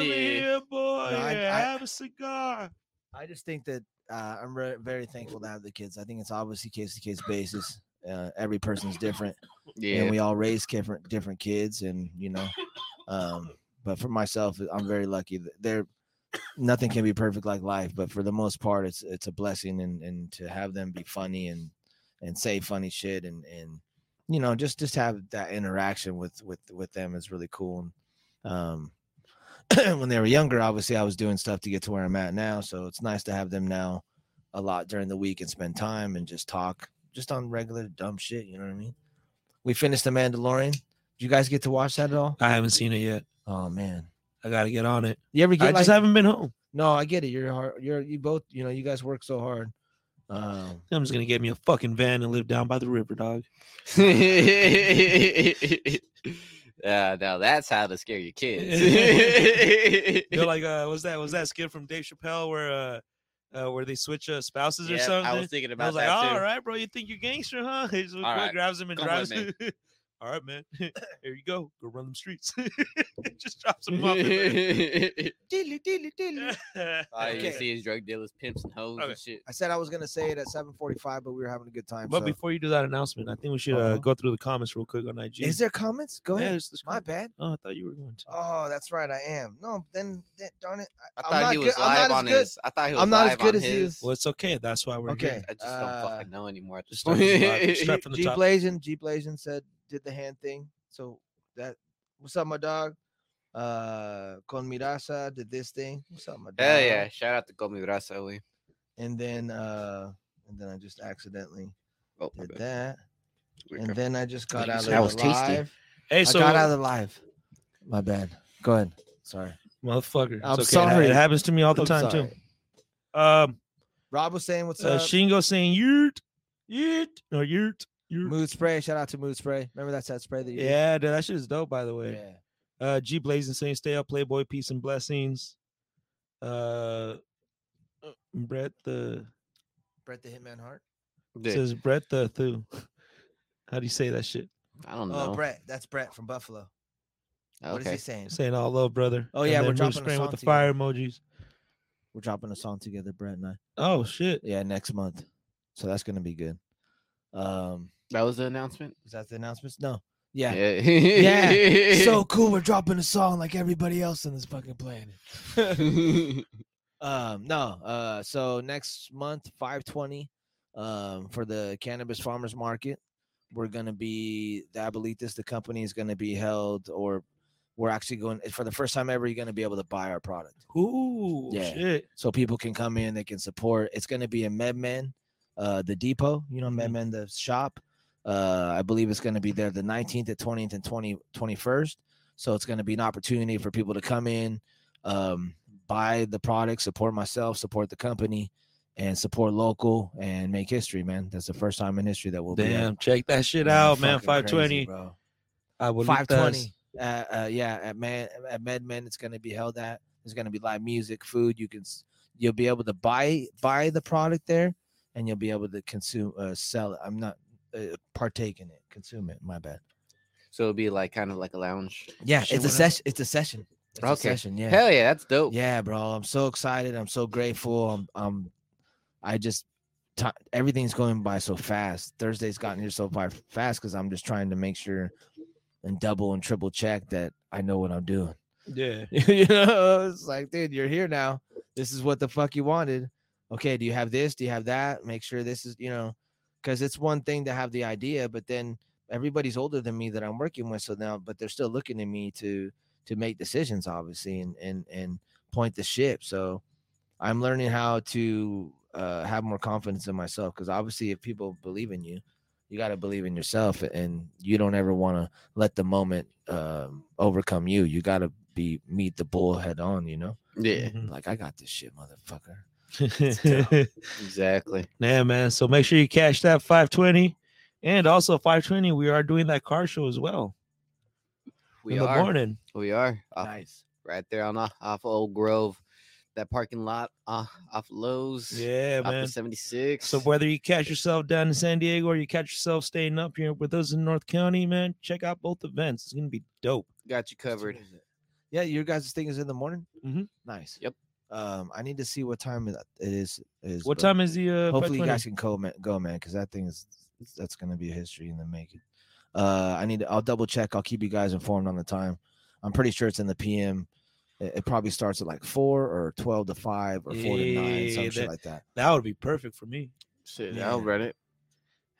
Speaker 3: here, boy.
Speaker 2: No, I-
Speaker 3: here,
Speaker 2: I-
Speaker 3: have a cigar.
Speaker 2: I just think that uh, I'm re- very thankful to have the kids. I think it's obviously case to case basis. Uh, every person's different, and
Speaker 4: yeah.
Speaker 2: we all raise different different kids, and you know. Um, but for myself, I'm very lucky. that They're nothing can be perfect like life, but for the most part, it's it's a blessing, and and to have them be funny and and say funny shit, and and you know just just have that interaction with with with them is really cool. And um, when they were younger, obviously I was doing stuff to get to where I'm at now. So it's nice to have them now a lot during the week and spend time and just talk just on regular dumb shit. You know what I mean? We finished The Mandalorian. Did you guys get to watch that at all?
Speaker 3: I haven't seen it yet.
Speaker 2: Oh man.
Speaker 3: I gotta get on it.
Speaker 2: You ever
Speaker 3: I
Speaker 2: get like
Speaker 3: just haven't been home.
Speaker 2: no, I get it. You're hard you're you both, you know, you guys work so hard. Um
Speaker 3: I'm just gonna get me a fucking van and live down by the river, dog.
Speaker 4: yeah, now that's how to scare your kids.
Speaker 3: You're like, uh, was that was that skit from Dave Chappelle where uh, uh where they switch uh, spouses or
Speaker 4: Yep,
Speaker 3: something?
Speaker 4: I was thinking
Speaker 3: I
Speaker 4: about
Speaker 3: was like,
Speaker 4: that
Speaker 3: all right,
Speaker 4: too.
Speaker 3: bro, you think you're gangster, huh? He just
Speaker 4: All
Speaker 3: go-
Speaker 4: right,
Speaker 3: grabs him and
Speaker 4: come
Speaker 3: drives.
Speaker 4: with
Speaker 3: him. all right, man. Here you go. Go run them streets. just drops him off. and-
Speaker 2: dilly, dilly, dilly.
Speaker 4: All you
Speaker 2: Okay.
Speaker 4: see is drug dealers, pimps, and hoes
Speaker 3: Okay.
Speaker 4: and shit.
Speaker 2: I said I was gonna say it at 745, but we were having a good time.
Speaker 3: but
Speaker 2: so-
Speaker 3: before you do that announcement, I think we should uh,
Speaker 2: Uh-huh.
Speaker 3: go through the comments real quick on IG.
Speaker 2: is there comments? Go
Speaker 3: Yeah,
Speaker 2: ahead.
Speaker 3: it's- it's
Speaker 2: My
Speaker 3: cool.
Speaker 2: bad.
Speaker 3: Oh, I thought you were going to.
Speaker 2: Oh, that's right. I am. No, then, then darn it.
Speaker 4: I
Speaker 2: I'm
Speaker 4: thought
Speaker 2: not
Speaker 4: he was
Speaker 2: good- I'm
Speaker 4: live
Speaker 2: not as
Speaker 4: on
Speaker 2: good-
Speaker 4: his. I thought he was
Speaker 2: I'm not as
Speaker 4: live
Speaker 2: good
Speaker 4: on
Speaker 2: as you.
Speaker 4: his.
Speaker 3: Well, it's okay. That's why we're
Speaker 2: Okay.
Speaker 3: here.
Speaker 4: I just
Speaker 2: Uh,
Speaker 4: don't fucking know anymore. at
Speaker 3: Just
Speaker 4: this
Speaker 3: start from the bottom.
Speaker 4: point.
Speaker 3: Start from the
Speaker 2: G
Speaker 3: top.
Speaker 2: Blazin, G Blazin said did the hand thing. So that what's up, my dog? Uh Con Mirasa did this thing. What's up, my dog?
Speaker 4: Hell yeah! Shout out to Gomi Brasa, we.
Speaker 2: And then uh and then I just accidentally
Speaker 4: Oh, my
Speaker 2: did
Speaker 4: bad.
Speaker 2: that.
Speaker 4: We're
Speaker 2: And
Speaker 4: good.
Speaker 2: then I just got
Speaker 4: you
Speaker 2: out of
Speaker 4: said-
Speaker 2: the
Speaker 4: That was tasty.
Speaker 2: live.
Speaker 3: Hey,
Speaker 2: I
Speaker 3: so
Speaker 2: got out of the live. My bad. Go ahead. Sorry.
Speaker 3: motherfucker.
Speaker 2: I'm
Speaker 3: it's okay. It ha-
Speaker 2: sorry.
Speaker 3: It happens to me all the
Speaker 2: I'm
Speaker 3: time
Speaker 2: sorry.
Speaker 3: too. Um,
Speaker 2: Rob was saying what's
Speaker 3: uh,
Speaker 2: up.
Speaker 3: Shingo saying yurt, yurt, or yurt, yurt.
Speaker 2: Mood spray. Shout out to Mood Spray. Remember that's that spray that you did?
Speaker 3: Yeah, Oh, dude, that shit is dope. By the way,
Speaker 2: Yeah.
Speaker 3: uh, G Blazing saying stay up, Playboy, peace and blessings. Uh, Brett the
Speaker 2: Brett the Hitman Hart.
Speaker 4: Dude,
Speaker 3: says Brett the Thu. How do you say that shit?
Speaker 4: I don't know.
Speaker 2: Oh, Brett. That's Brett from Buffalo. What is he
Speaker 4: Mm, okay.
Speaker 2: saying?
Speaker 3: Saying all love, brother.
Speaker 2: Oh,
Speaker 3: And
Speaker 2: yeah, we're
Speaker 3: then Moose
Speaker 2: dropping a
Speaker 3: Crane
Speaker 2: song
Speaker 3: with the
Speaker 2: together.
Speaker 3: fire emojis.
Speaker 2: We're dropping a song together, Brett and I.
Speaker 3: Oh shit.
Speaker 2: Yeah, next month. So that's gonna be good. Um,
Speaker 4: That was the announcement.
Speaker 2: is that the announcements? No. Yeah.
Speaker 4: Yeah.
Speaker 2: so cool. We're dropping a song like everybody else on this fucking planet. Um, no. Uh, so next month, five twenty, um, for the cannabis farmers market, we're gonna be the Abelitas. The company is gonna be held, or we're actually going for the first time ever. You're gonna be able to buy our product.
Speaker 3: Ooh,
Speaker 2: Yeah.
Speaker 3: shit.
Speaker 2: so people can come in, they can support. It's going to be in MedMen, uh, the depot, you know,
Speaker 3: Mhm.
Speaker 2: MedMen, the shop. Uh, I believe it's going to be there the 19th, the 20th, and 20, 21st. So it's going to be an opportunity for people to come in, um, buy the product, support myself, support the company, and support local and make history, man. That's the first time in history that we'll be. at.
Speaker 3: Damn, check that shit
Speaker 2: Yeah,
Speaker 3: out, man.
Speaker 2: fucking crazy,
Speaker 3: 520.
Speaker 2: bro.
Speaker 3: I will
Speaker 2: Five
Speaker 3: leave
Speaker 2: twenty.
Speaker 3: this.
Speaker 2: Uh, uh, yeah, at man at MedMen, it's gonna be held at. There's gonna be live music, food. You can s- you'll be able to buy buy the product there, and you'll be able to consume uh, sell it. I'm not uh, partake in it, consume it. My bad.
Speaker 4: So it'll be like kind of like a lounge.
Speaker 2: Yeah,
Speaker 3: Shit,
Speaker 2: it's a
Speaker 3: what else?
Speaker 2: session. It's a session. It's a
Speaker 4: Okay.
Speaker 2: session. Yeah.
Speaker 4: Hell yeah, that's dope.
Speaker 2: Yeah, bro. I'm so excited. I'm so grateful. I'm, I'm I just ti everything's going by so fast. Thursday's gotten here so far fast because I'm just trying to make sure and double and triple check that I know what I'm doing.
Speaker 3: Yeah.
Speaker 2: you know, it's like, dude, you're here now. this is what the fuck you wanted. Okay, do you have this? Do you have that? Make sure this is, you know, because it's one thing to have the idea, but then everybody's older than me that I'm working with. So now, but they're still looking to me to to make decisions, obviously, and and and point the ship. So I'm learning how to uh, have more confidence in myself because obviously, if people believe in you, you got to believe in yourself, and you don't ever want to let the moment um, overcome you. You got to be meet the bull head on. You know,
Speaker 4: Yeah,
Speaker 2: like I got this shit, motherfucker.
Speaker 3: Mhm.
Speaker 4: exactly.
Speaker 3: yeah, man. So make sure you cash that 520. And also 520, we are doing that car show as well
Speaker 4: We
Speaker 3: in the
Speaker 4: are.
Speaker 3: morning.
Speaker 4: We are.
Speaker 3: Uh,
Speaker 4: Off,
Speaker 2: Nice.
Speaker 4: Right there on off, off Old Grove, that parking lot uh, off Lowe's.
Speaker 3: Yeah,
Speaker 4: off
Speaker 3: man.
Speaker 4: of 76.
Speaker 3: So whether you catch yourself down in San Diego or you catch yourself staying up here with us in North County, man, check out both events. It's gonna be dope.
Speaker 4: got you covered.
Speaker 2: Yeah, your guys' thing is in the morning.
Speaker 3: Mhm.
Speaker 2: Nice.
Speaker 4: Yep.
Speaker 2: Um, I need to see what time it it is. is
Speaker 3: What
Speaker 2: but
Speaker 3: time is the uh,
Speaker 2: Hopefully, you
Speaker 3: 520?
Speaker 2: guys can go, man, go, man, because that thing is that's gonna be a history in the making. Uh, I need to. I'll double check. I'll keep you guys informed on the time. I'm pretty sure it's in the PM. It, it probably starts at like four or twelve to five or four to nine, some
Speaker 3: Yeah,
Speaker 2: shit
Speaker 3: Eh, that-
Speaker 2: like that.
Speaker 3: that would be perfect for me.
Speaker 4: Shit,
Speaker 2: Yeah. I'll
Speaker 4: read it.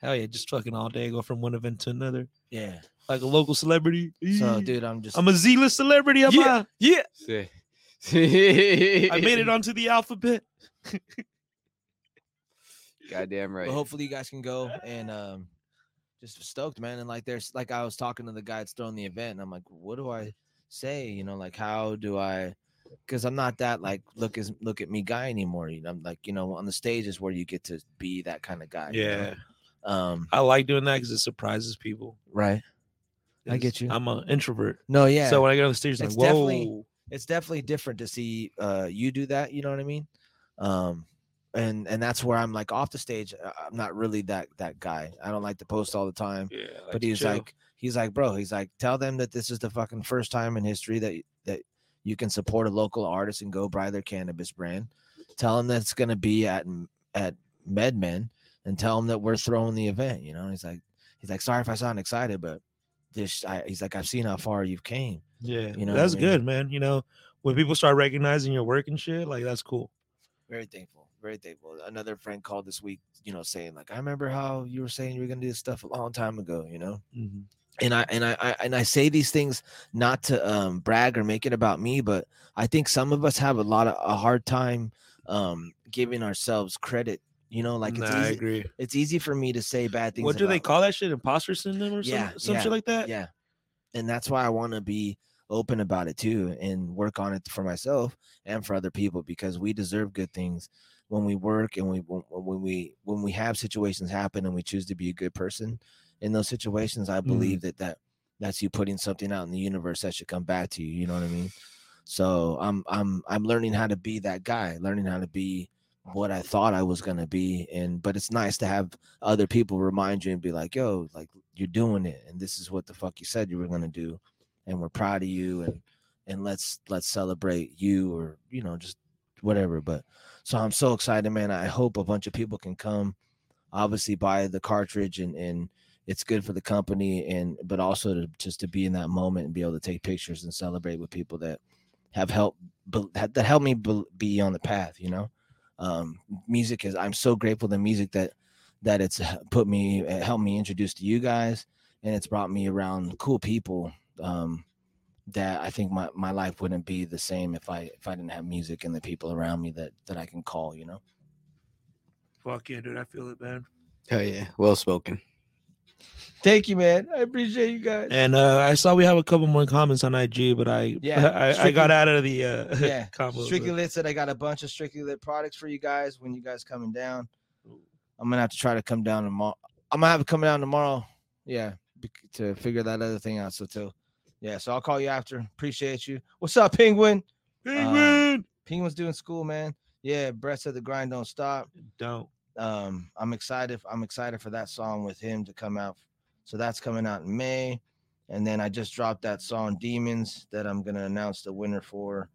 Speaker 3: Hell yeah, just fucking all day, go from one event to another.
Speaker 2: Yeah.
Speaker 3: Like a local celebrity.
Speaker 2: So,
Speaker 3: Eee.
Speaker 2: dude, I'm just.
Speaker 3: I'm a Z-list celebrity. I'm
Speaker 2: Yeah.
Speaker 3: a- yeah.
Speaker 4: I
Speaker 3: I made it onto the alphabet.
Speaker 4: Goddamn right.
Speaker 2: But hopefully you guys can go and um just stoked, man. And like there's like I was talking to the guy that's throwing the event, and I'm like, what do I say? You know, like how do I because I'm not that like look is look at me guy anymore. You know, I'm like, you know, on the stage is where you get to be that kind of guy. you know? Um
Speaker 3: I like doing that because it surprises people.
Speaker 2: right. I get
Speaker 3: It's-
Speaker 2: you.
Speaker 3: I'm an introvert.
Speaker 2: No, yeah.
Speaker 3: So when I get on the stage, it's
Speaker 2: It's
Speaker 3: like, whoa.
Speaker 2: definitely- it's definitely different to see uh you do that you know what i mean um and and that's where i'm like off the stage uh, i'm not really that that guy i don't like to post all the time
Speaker 3: yeah, I like
Speaker 2: but
Speaker 3: to
Speaker 2: he's
Speaker 3: chill.
Speaker 2: like he's like bro he's like tell them that this is the fucking first time in history that y- that you can support a local artist and go buy their cannabis brand tell them that's going to be at M- at medmen and tell them that we're throwing the event you know and he's like he's like sorry if i sound excited but this I, he's like i've seen how far you've came
Speaker 3: yeah,
Speaker 2: you know what I
Speaker 3: that's
Speaker 2: mean?
Speaker 3: good, man. You know, when people start recognizing your work and shit, like that's cool.
Speaker 2: Very thankful. Very thankful. Another friend called this week, you know, saying like, "I remember how you were saying you were gonna do this stuff a long time ago," you know. And I and I, I and I say these things not to um, brag or make it about me, but I think some of us have a lot of a hard time um, giving ourselves credit. You know, like
Speaker 3: Nah,
Speaker 2: it's
Speaker 3: I
Speaker 2: easy,
Speaker 3: agree.
Speaker 2: it's easy for me to say bad things.
Speaker 3: What do they
Speaker 2: about-
Speaker 3: call that shit? Imposter syndrome or some,
Speaker 2: Yeah,
Speaker 3: some
Speaker 2: yeah,
Speaker 3: shit like that?
Speaker 2: yeah and that's why i want to be open about it too and work on it for myself and for other people because we deserve good things when we work and we when when we when we have situations happen and we choose to be a good person in those situations i believe that that that's you putting something out in the universe that should come back to you you know what i mean so i'm i'm i'm learning how to be that guy learning how to be what i thought i was going to be and but it's nice to have other people remind you and be like yo like you're doing it and this is what the fuck you said you were going to do and we're proud of you and and let's let's celebrate you or you know just whatever but so i'm so excited man i hope a bunch of people can come obviously buy the cartridge and and it's good for the company and but also to just to be in that moment and be able to take pictures and celebrate with people that have helped bel- that that helped me bel- be on the path you know um music is i'm so grateful to music that that it's h- put me it helped me introduce to you guys and it's brought me around cool people um that i think my my life wouldn't be the same if i if i didn't have music and the people around me that that i can call you know
Speaker 3: Fuck yeah, dude. I feel it, man.
Speaker 4: Hell yeah. Well spoken.
Speaker 2: thank you man i appreciate you guys
Speaker 3: And uh, I saw we have a couple more comments on IG, but I
Speaker 2: Yeah,
Speaker 3: I, I got
Speaker 2: strictly-
Speaker 3: out of the uh,
Speaker 2: yeah
Speaker 3: combo. but-
Speaker 2: strictly lit said i got a bunch of strictly lit products for you guys when you guys coming down i'm gonna have to try to come down tomorrow i'm gonna have to come down tomorrow yeah bec- to figure that other thing out so too yeah so i'll call you after appreciate you what's up penguin Uh,
Speaker 3: Penguin!
Speaker 2: Penguin's doing school, man. Yeah, Brett said the grind don't stop.
Speaker 3: Don't.
Speaker 2: Um, I'm excited. I'm excited for that song with him to come out. So that's coming out in May. And then I just dropped that song Demons that I'm gonna announce the winner for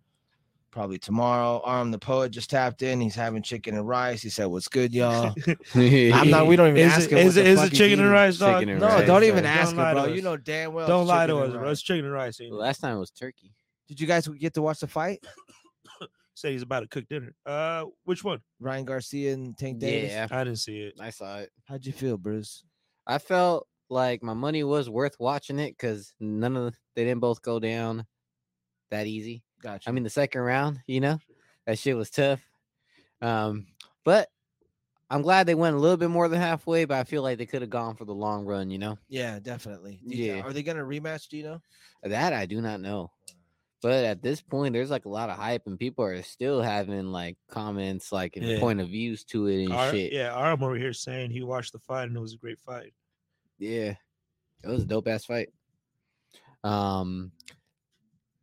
Speaker 2: probably tomorrow. Arm the poet just tapped in. He's having chicken and rice. He said, What's good, y'all? uh, I'm not we don't even
Speaker 3: Is
Speaker 2: ask him.
Speaker 3: it,
Speaker 2: what
Speaker 3: is
Speaker 2: the
Speaker 3: it, is
Speaker 2: fuck
Speaker 3: it
Speaker 2: he's
Speaker 3: chicken and
Speaker 2: eating.
Speaker 3: rice, dog?
Speaker 4: Chicken and
Speaker 2: No,
Speaker 4: rice,
Speaker 2: don't
Speaker 4: right.
Speaker 2: even ask him,
Speaker 3: Don't lie
Speaker 2: bro.
Speaker 3: to
Speaker 2: You
Speaker 3: us.
Speaker 2: know damn well.
Speaker 3: Don't
Speaker 2: it's
Speaker 3: lie to
Speaker 2: chicken
Speaker 3: us,
Speaker 2: and
Speaker 3: bro.
Speaker 2: rice.
Speaker 3: It's chicken and rice. ain't it?
Speaker 4: Last time was turkey.
Speaker 2: Did you guys get to watch the fight?
Speaker 3: said he's about to cook dinner. Uh, which one?
Speaker 2: Ryan Garcia and Tank Davis.
Speaker 4: Yeah.
Speaker 3: I didn't see it.
Speaker 4: I saw it.
Speaker 2: How'd you feel, Bruce?
Speaker 4: I felt like my money was worth watching it because none of the, they didn't both go down that easy.
Speaker 2: Gotcha.
Speaker 4: I mean, the second round, you know, that shit was tough. Um, but I'm glad they went a little bit more than halfway. But I feel like they could have gone for the long run. You know,
Speaker 2: yeah, definitely. Do you-
Speaker 4: Yeah.
Speaker 2: Are they gonna rematch? Do you know?
Speaker 4: that I do not know. But at this point, there's like a lot of hype, and people are still having like comments, like and
Speaker 3: Yeah.
Speaker 4: point of views to it and
Speaker 3: Ar-
Speaker 4: shit.
Speaker 3: yeah, Aram over here saying he watched the fight and it was a great fight.
Speaker 4: Yeah. It was a dope ass fight. Um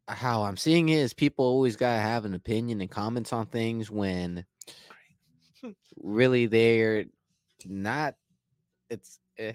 Speaker 4: how I'm seeing it is people always gotta have an opinion and comments on things when really they're not it's eh.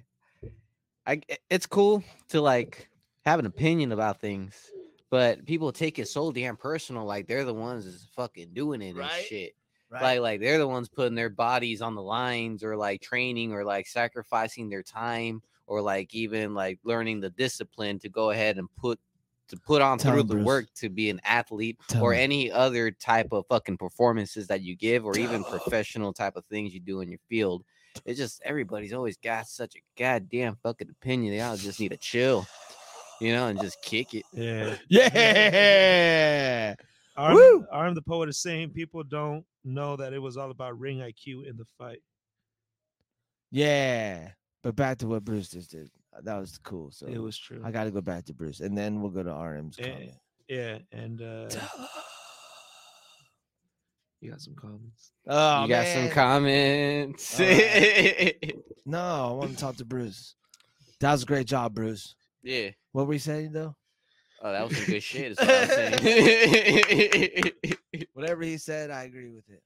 Speaker 4: I g- it's cool to like have an opinion about things, but people take it so damn personal, like they're the ones that's fucking doing it
Speaker 2: Right?
Speaker 4: and shit. Like, like they're the ones putting their bodies on the lines, or like training, or like sacrificing their time, or like even like learning the discipline to go ahead and put to put on
Speaker 2: Tell
Speaker 4: through
Speaker 2: him,
Speaker 4: the
Speaker 2: Bruce.
Speaker 4: work to be an athlete
Speaker 2: Tell
Speaker 4: or
Speaker 2: him.
Speaker 4: any other type of fucking performances that you give, or even
Speaker 2: Tell him.
Speaker 4: professional type of things you do in your field. It's just everybody's always got such a goddamn fucking opinion. They all just need to chill, you know, and just kick it.
Speaker 3: Yeah.
Speaker 2: Yeah.
Speaker 3: Arm,
Speaker 2: Woo!
Speaker 3: Arm the poet is saying people don't know that it was all about ring IQ in the fight.
Speaker 2: Yeah. But back to what Bruce just did. Uh, That was cool. So
Speaker 3: It was true.
Speaker 2: I got to go back to Bruce, and then we'll go to RM's
Speaker 3: Yeah.
Speaker 2: comment.
Speaker 3: yeah, and uh,
Speaker 4: You got some comments.
Speaker 2: Oh,
Speaker 4: you got
Speaker 2: man. Oh,
Speaker 4: some comments.
Speaker 2: All no, I want to talk to Bruce. That was a great job, Bruce.
Speaker 4: yeah.
Speaker 2: What were you saying though?
Speaker 4: Oh, that was some good shit. Is what I'm saying.
Speaker 2: Whatever he said, I agree with it.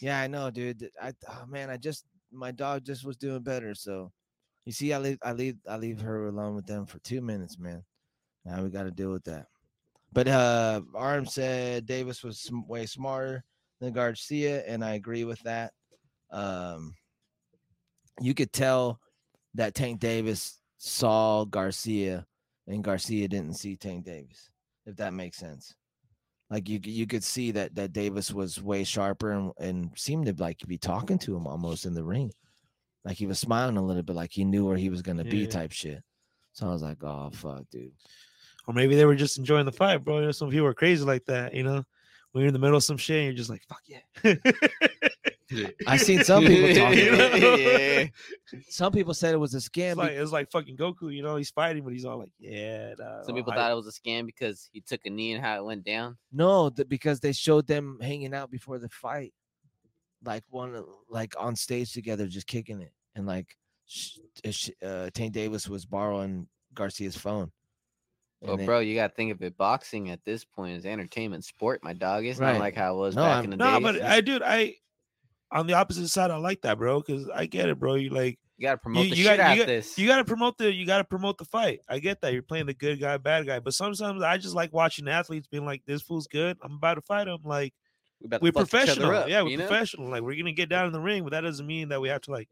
Speaker 2: Yeah, I know, dude. I oh, man, I just my dog just was doing better. So you see, I leave I leave I leave her alone with them for two minutes, man. Now we got to deal with that. But uh Arm said Davis was sm- way smarter than Garcia, and I agree with that. Um, you could tell that Tank Davis saw Garcia, and Garcia didn't see Tank Davis. If that makes sense, like you c- you could see that that Davis was way sharper and, and seemed to like be talking to him almost in the ring, like he was smiling a little bit, like he knew where he was gonna be
Speaker 3: Yeah.
Speaker 2: type shit. So I was like, oh fuck, dude.
Speaker 3: or maybe they were just enjoying the fight, bro. You know, some people are crazy like that. You know, when you're in the middle of some shit, and you're just like, fuck yeah.
Speaker 2: I seen some people
Speaker 3: You
Speaker 2: talking.
Speaker 3: know?
Speaker 4: Yeah.
Speaker 2: Some people said it was a scam. be-
Speaker 3: It's like, it's like fucking Goku, you know, he's fighting, but he's all like, yeah. Nah,
Speaker 4: Some people
Speaker 3: I-
Speaker 4: thought it was a scam because he took a knee and how it went down.
Speaker 2: No, th- because they showed them hanging out before the fight, like one of- like on stage together, just kicking it, and like sh- uh, sh- uh, Tank Davis was borrowing Garcia's phone.
Speaker 3: Oh,
Speaker 2: And
Speaker 4: Well,
Speaker 2: then-
Speaker 4: bro, you gotta think of it. Boxing at this point is entertainment sport, my dog. It's
Speaker 2: Right.
Speaker 4: not like how it was
Speaker 2: No,
Speaker 4: back
Speaker 2: I'm-
Speaker 4: in the
Speaker 3: No,
Speaker 4: day.
Speaker 3: but I, dude, I, on the opposite side, I like that, bro, because I get it, bro. You like,
Speaker 4: you gotta promote
Speaker 3: you
Speaker 4: the
Speaker 3: gotta-
Speaker 4: shit out
Speaker 3: you
Speaker 4: of this.
Speaker 3: you got to promote the, you got to promote the fight. I get that you're playing the good guy, bad guy, but sometimes I just like watching athletes being like, this fool's good. I'm about to fight him. Like,
Speaker 4: about to
Speaker 3: we're
Speaker 4: fuck each other
Speaker 3: professional.
Speaker 4: up,
Speaker 3: yeah, we're
Speaker 4: you know?
Speaker 3: professional. Like, we're gonna get down in the ring, but that doesn't mean that we have to like,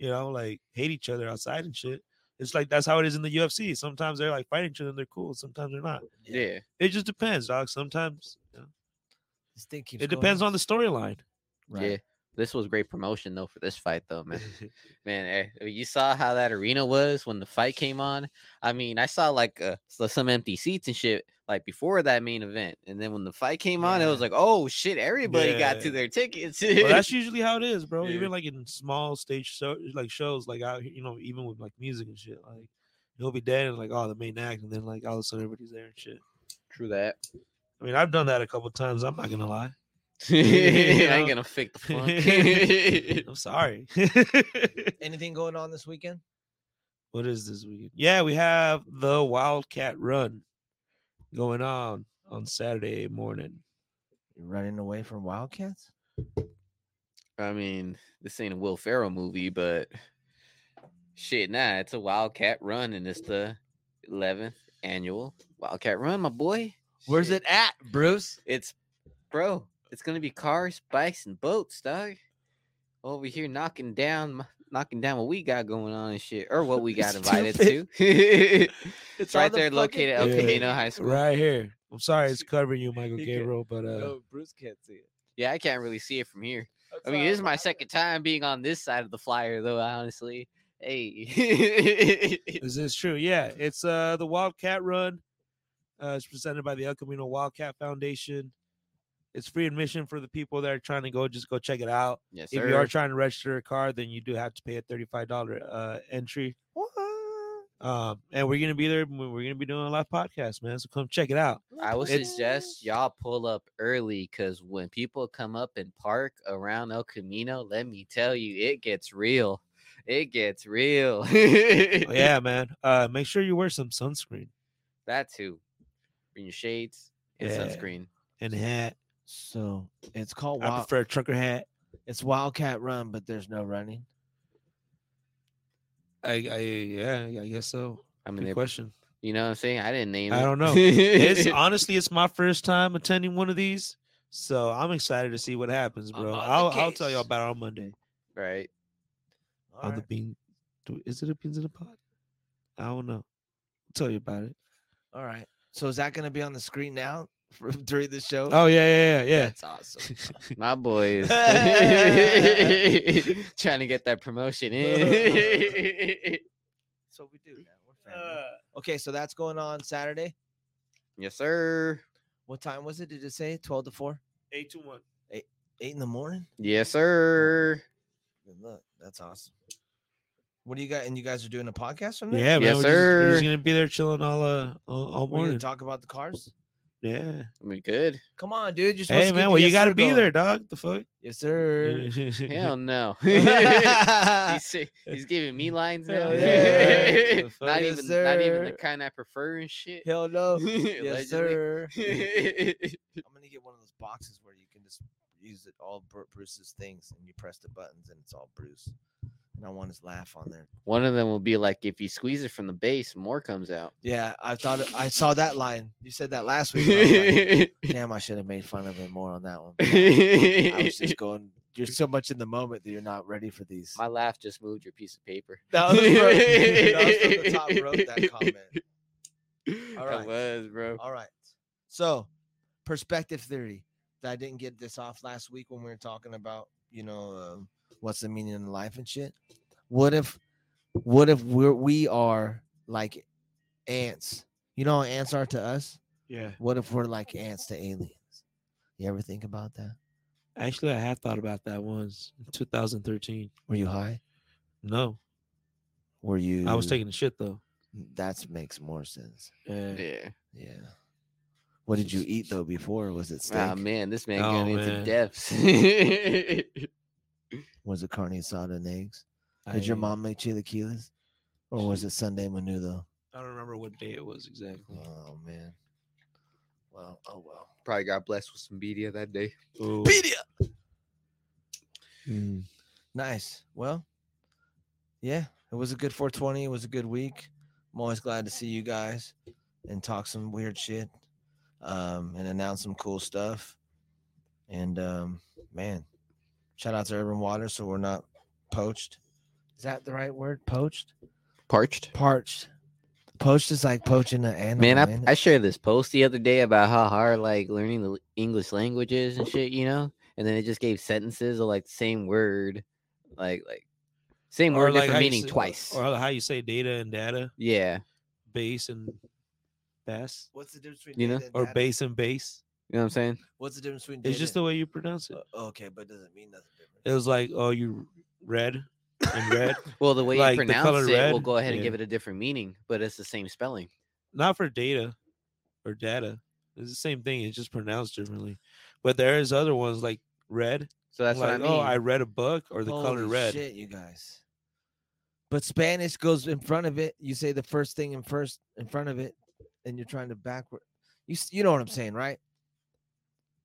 Speaker 3: you know, like hate each other outside and shit. It's like that's how it is in the UFC. Sometimes they're like fighting each other and they're cool. Sometimes they're not.
Speaker 4: Yeah.
Speaker 3: It just depends, dog. Sometimes you know,
Speaker 2: This thing keeps
Speaker 3: it depends on the storyline.
Speaker 4: Yeah. This was great promotion though for this fight though, man. man, eh, you saw how that arena was when the fight came on. I mean, I saw like uh, so- some empty seats and shit like before that main event, and then when the fight came on, it was
Speaker 2: Yeah.
Speaker 4: like, oh shit, everybody got to
Speaker 3: Yeah.
Speaker 4: their tickets.
Speaker 3: well, that's usually how it is, bro.
Speaker 4: Yeah.
Speaker 3: Even like in small stage show, like shows, like out here, you know, even with like music and shit, like you'll be dead and like oh the main act, and then like all of a sudden everybody's there and shit.
Speaker 4: True that.
Speaker 3: I mean, I've done that a couple times. I'm not gonna lie.
Speaker 4: I
Speaker 3: know?
Speaker 4: ain't gonna fake the funk.
Speaker 3: I'm sorry.
Speaker 2: Anything going on this weekend?
Speaker 3: what is this weekend? Yeah, we have the Wildcat Run going on on Saturday morning.
Speaker 2: You're running away from Wildcats?
Speaker 4: I mean, this ain't a Will Ferrell movie, but shit, nah, it's a Wildcat Run, and it's the 11th annual Wildcat Run, my boy.
Speaker 2: Where's
Speaker 4: Shit.
Speaker 2: it at, Bruce?
Speaker 4: It's bro, it's gonna be cars, bikes, and boats, dog. Over here knocking down my- knocking down what we got going on and shit. Or what we got invited
Speaker 2: Stupid.
Speaker 4: to. it's
Speaker 2: on
Speaker 4: right
Speaker 2: the
Speaker 4: there
Speaker 2: fucking-
Speaker 4: located El
Speaker 3: Yeah.
Speaker 4: Camino High School.
Speaker 3: Right here. I'm sorry, it's covering you, Michael
Speaker 2: He can't-
Speaker 3: Gabriel, but uh,
Speaker 2: No, Bruce can't see it.
Speaker 4: Yeah, I can't really see it from here. I mean, it is my second time being on this side of the flyer, though. Honestly, hey,
Speaker 3: Is this true? Yeah, it's uh the Wildcat Run. Uh, it's presented by the El Camino Wildcat Foundation. It's free admission for the people that are trying to go. Just go check it out.
Speaker 4: yes,
Speaker 3: If you are
Speaker 4: sir.
Speaker 3: trying to register a car, then you do have to pay a thirty-five dollar uh, entry.
Speaker 2: What?
Speaker 3: Um, and we're gonna be there. We're we're gonna be doing a live podcast, man. So come check it out.
Speaker 4: I would
Speaker 3: It's-
Speaker 4: suggest y'all pull up early because when people come up and park around El Camino, let me tell you, it gets real. It gets real. yeah,
Speaker 3: Oh, yeah, man. Uh, make sure you wear some sunscreen
Speaker 4: that too. Bring your shades and
Speaker 3: Yeah.
Speaker 4: sunscreen.
Speaker 3: and hat.
Speaker 2: So it's called
Speaker 3: I
Speaker 2: wild.
Speaker 3: prefer a trucker hat.
Speaker 2: it's Wildcat Run, but there's no running.
Speaker 3: I, I yeah, I guess so.
Speaker 4: I mean,
Speaker 3: Good
Speaker 4: they're-
Speaker 3: question.
Speaker 4: you know what I'm saying? I didn't name.
Speaker 3: I
Speaker 4: it.
Speaker 3: don't know. it's honestly it's my first time attending one of these so i'm excited to see what happens
Speaker 4: I'm
Speaker 3: bro
Speaker 4: on the
Speaker 3: i'll, I'll tell you
Speaker 4: case.
Speaker 3: about it on monday
Speaker 4: right.
Speaker 3: on the bean do- is it a beans in a pot i don't know I'll tell you about it
Speaker 2: All right. So is that going to be on the screen now for, during the show?
Speaker 3: oh yeah yeah yeah,
Speaker 4: That's awesome.
Speaker 3: yeah.
Speaker 4: My boy is trying to get that promotion in.
Speaker 2: That's what we do, uh, man. We're family.
Speaker 3: Uh,
Speaker 2: okay, so that's going on Saturday.
Speaker 4: yes, sir.
Speaker 2: What time was it? Did it say twelve to four?
Speaker 3: eight to one
Speaker 2: Eight in the morning.
Speaker 4: Yes, sir.
Speaker 2: Good luck. That's awesome. What do you got? And you guys are doing a podcast from there?
Speaker 3: yeah man,
Speaker 4: Yes,
Speaker 3: we're, just, we're just
Speaker 4: sir.
Speaker 3: gonna be there chilling all uh all, all
Speaker 2: We're gonna
Speaker 3: morning
Speaker 2: talk about the cars.
Speaker 3: yeah
Speaker 4: I mean, good.
Speaker 2: Come on, dude. You're supposed
Speaker 3: hey
Speaker 2: to
Speaker 3: man
Speaker 2: keep
Speaker 3: well
Speaker 2: the
Speaker 3: you
Speaker 2: yes
Speaker 3: gotta
Speaker 2: sir
Speaker 3: be
Speaker 2: going.
Speaker 3: there dog the fuck
Speaker 2: Yes, sir.
Speaker 4: Hell no. he's,
Speaker 2: yes,
Speaker 4: si- he's giving me lines now.
Speaker 2: Hell yeah.
Speaker 3: The fuck?
Speaker 4: not
Speaker 2: Yes,
Speaker 4: even not even the
Speaker 2: sir.
Speaker 4: kind I prefer and shit.
Speaker 2: Hell no. Yes,
Speaker 4: Allegedly.
Speaker 2: sir. I'm gonna get one of those boxes where you can just use it all Bru- Bruce's things, and you press the buttons, and it's all Bruce. And I want his laugh on there.
Speaker 4: One of them will be like, if you squeeze it from the base, more comes out.
Speaker 2: Yeah, I thought it- I saw that line. You said that last week. and I was like,
Speaker 4: I
Speaker 2: Damn, I should have made fun of it more on that one. but I- I was just going. You're so much in the moment that you're not ready for these.
Speaker 4: My laugh just moved your piece of paper.
Speaker 2: That was, from, dude, that was from the top rope. That comment. All
Speaker 4: That
Speaker 2: right.
Speaker 4: was, bro.
Speaker 2: All right. So, perspective theory. I didn't get this off last week when we were talking about, you know, um what's the meaning of life and shit. What if, what if we're we are like ants? You know, how ants are to us.
Speaker 3: yeah
Speaker 2: What if we're like ants to aliens? You ever think about that?
Speaker 3: actually i had thought about that once in 2013
Speaker 2: Were you high?
Speaker 3: no
Speaker 2: Were you?
Speaker 3: i was taking a shit though
Speaker 2: That makes more sense.
Speaker 3: yeah
Speaker 4: Yeah.
Speaker 2: Yeah. What did you eat though before? Was it steak?
Speaker 4: Ah man, this man
Speaker 3: Oh,
Speaker 4: got
Speaker 3: man.
Speaker 4: into depths. Did
Speaker 2: was it carne asada and eggs? Did your
Speaker 3: I-
Speaker 2: mom make chilaquiles, or was it Sunday menudo?
Speaker 3: I don't remember what day it was exactly.
Speaker 2: Oh man. Well, oh well.
Speaker 4: Probably got blessed with some media that day.
Speaker 3: Ooh.
Speaker 2: Nice. Well, yeah, it was a good 420. It was a good week. I'm always glad to see you guys and talk some weird shit, um, and announce some cool stuff. And um, man, shout out to Urban Water so we're not poached. Is that the right word? Poached?
Speaker 4: Parched.
Speaker 2: Parched. Poached is like poaching an animal.
Speaker 4: Man,
Speaker 2: ain't it?
Speaker 4: I, I shared this post the other day about how hard like learning the English language is and shit, you know? And then it just gave sentences of like the same word, like like same word,
Speaker 3: how
Speaker 4: different
Speaker 3: you
Speaker 4: meaning
Speaker 3: say-
Speaker 4: twice.
Speaker 3: Or how you say data and data,
Speaker 4: yeah.
Speaker 3: base and bass,
Speaker 2: What's the difference between
Speaker 4: You know,
Speaker 2: data and
Speaker 3: or
Speaker 2: data?
Speaker 3: base and base.
Speaker 4: You know what I'm saying?
Speaker 2: What's the difference between?
Speaker 3: It's just the
Speaker 2: data-
Speaker 3: way you pronounce it.
Speaker 2: Uh, okay, but it doesn't mean nothing different.
Speaker 3: It was like, oh, you red and red.
Speaker 4: Well, the way
Speaker 3: Like, the
Speaker 4: you
Speaker 3: color
Speaker 4: pronounce it, we'll
Speaker 3: red?
Speaker 4: go ahead and
Speaker 3: Yeah.
Speaker 4: give it a different meaning, but it's the same spelling.
Speaker 3: Not for data or data. It's the same thing. It's just pronounced differently. But there is other ones like red.
Speaker 4: So that's
Speaker 3: like,
Speaker 4: what I mean.
Speaker 3: Oh, I read a book or the color
Speaker 2: Holy
Speaker 3: red.
Speaker 2: Shit, you guys. But Spanish goes in front of it. You say the first thing in first in front of it, and you're trying to backward. You s- you know what I'm saying, right?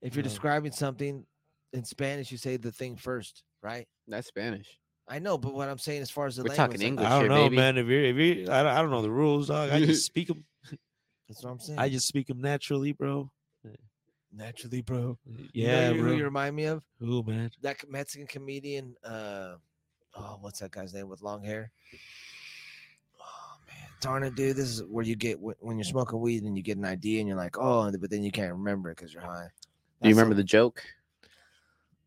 Speaker 2: If you're
Speaker 3: No.
Speaker 2: describing something in Spanish, you say the thing first, right?
Speaker 4: That's Spanish.
Speaker 2: I know, but what I'm saying as far as the
Speaker 4: We're
Speaker 2: language,
Speaker 4: talking
Speaker 2: like,
Speaker 4: English.
Speaker 3: I don't
Speaker 4: shit,
Speaker 3: know,
Speaker 4: baby.
Speaker 3: man. If you're, if you, I, don't- I don't know the rules, dog. I just speak them.
Speaker 2: That's what I'm saying.
Speaker 3: I just speak them naturally, bro.
Speaker 2: naturally, bro. You know
Speaker 3: Yeah,
Speaker 2: you- Who you
Speaker 3: bro.
Speaker 2: remind me of?
Speaker 3: Ooh, man.
Speaker 2: that c- Mexican comedian. Uh, oh, what's that guy's name with long hair? Oh man, darn it, dude, this is where you get wh- when you're smoking weed and you get an idea and you're like, oh, but then you can't remember it because you're high.
Speaker 4: Do you remember the joke?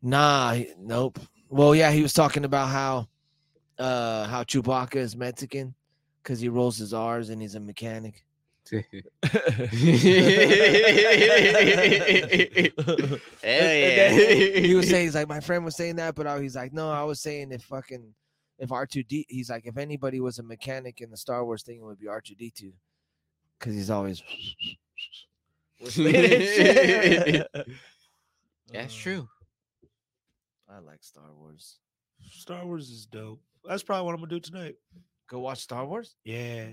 Speaker 2: the? Nah, he- nope. Well, yeah, he was talking about how, uh, how Chewbacca is Mexican because he rolls his R's and he's a mechanic.
Speaker 4: Hell yeah.
Speaker 2: he was saying he's like my friend was saying that, but I, he's like, no, I was saying if fucking if R two D, he's like if anybody was a mechanic in the Star Wars thing, it would be R two D two, because he's always.
Speaker 4: That's
Speaker 3: Uh,
Speaker 4: true.
Speaker 2: I like Star Wars.
Speaker 3: Star Wars is dope. That's probably what I'm gonna do tonight.
Speaker 2: Go watch Star Wars.
Speaker 3: Yeah,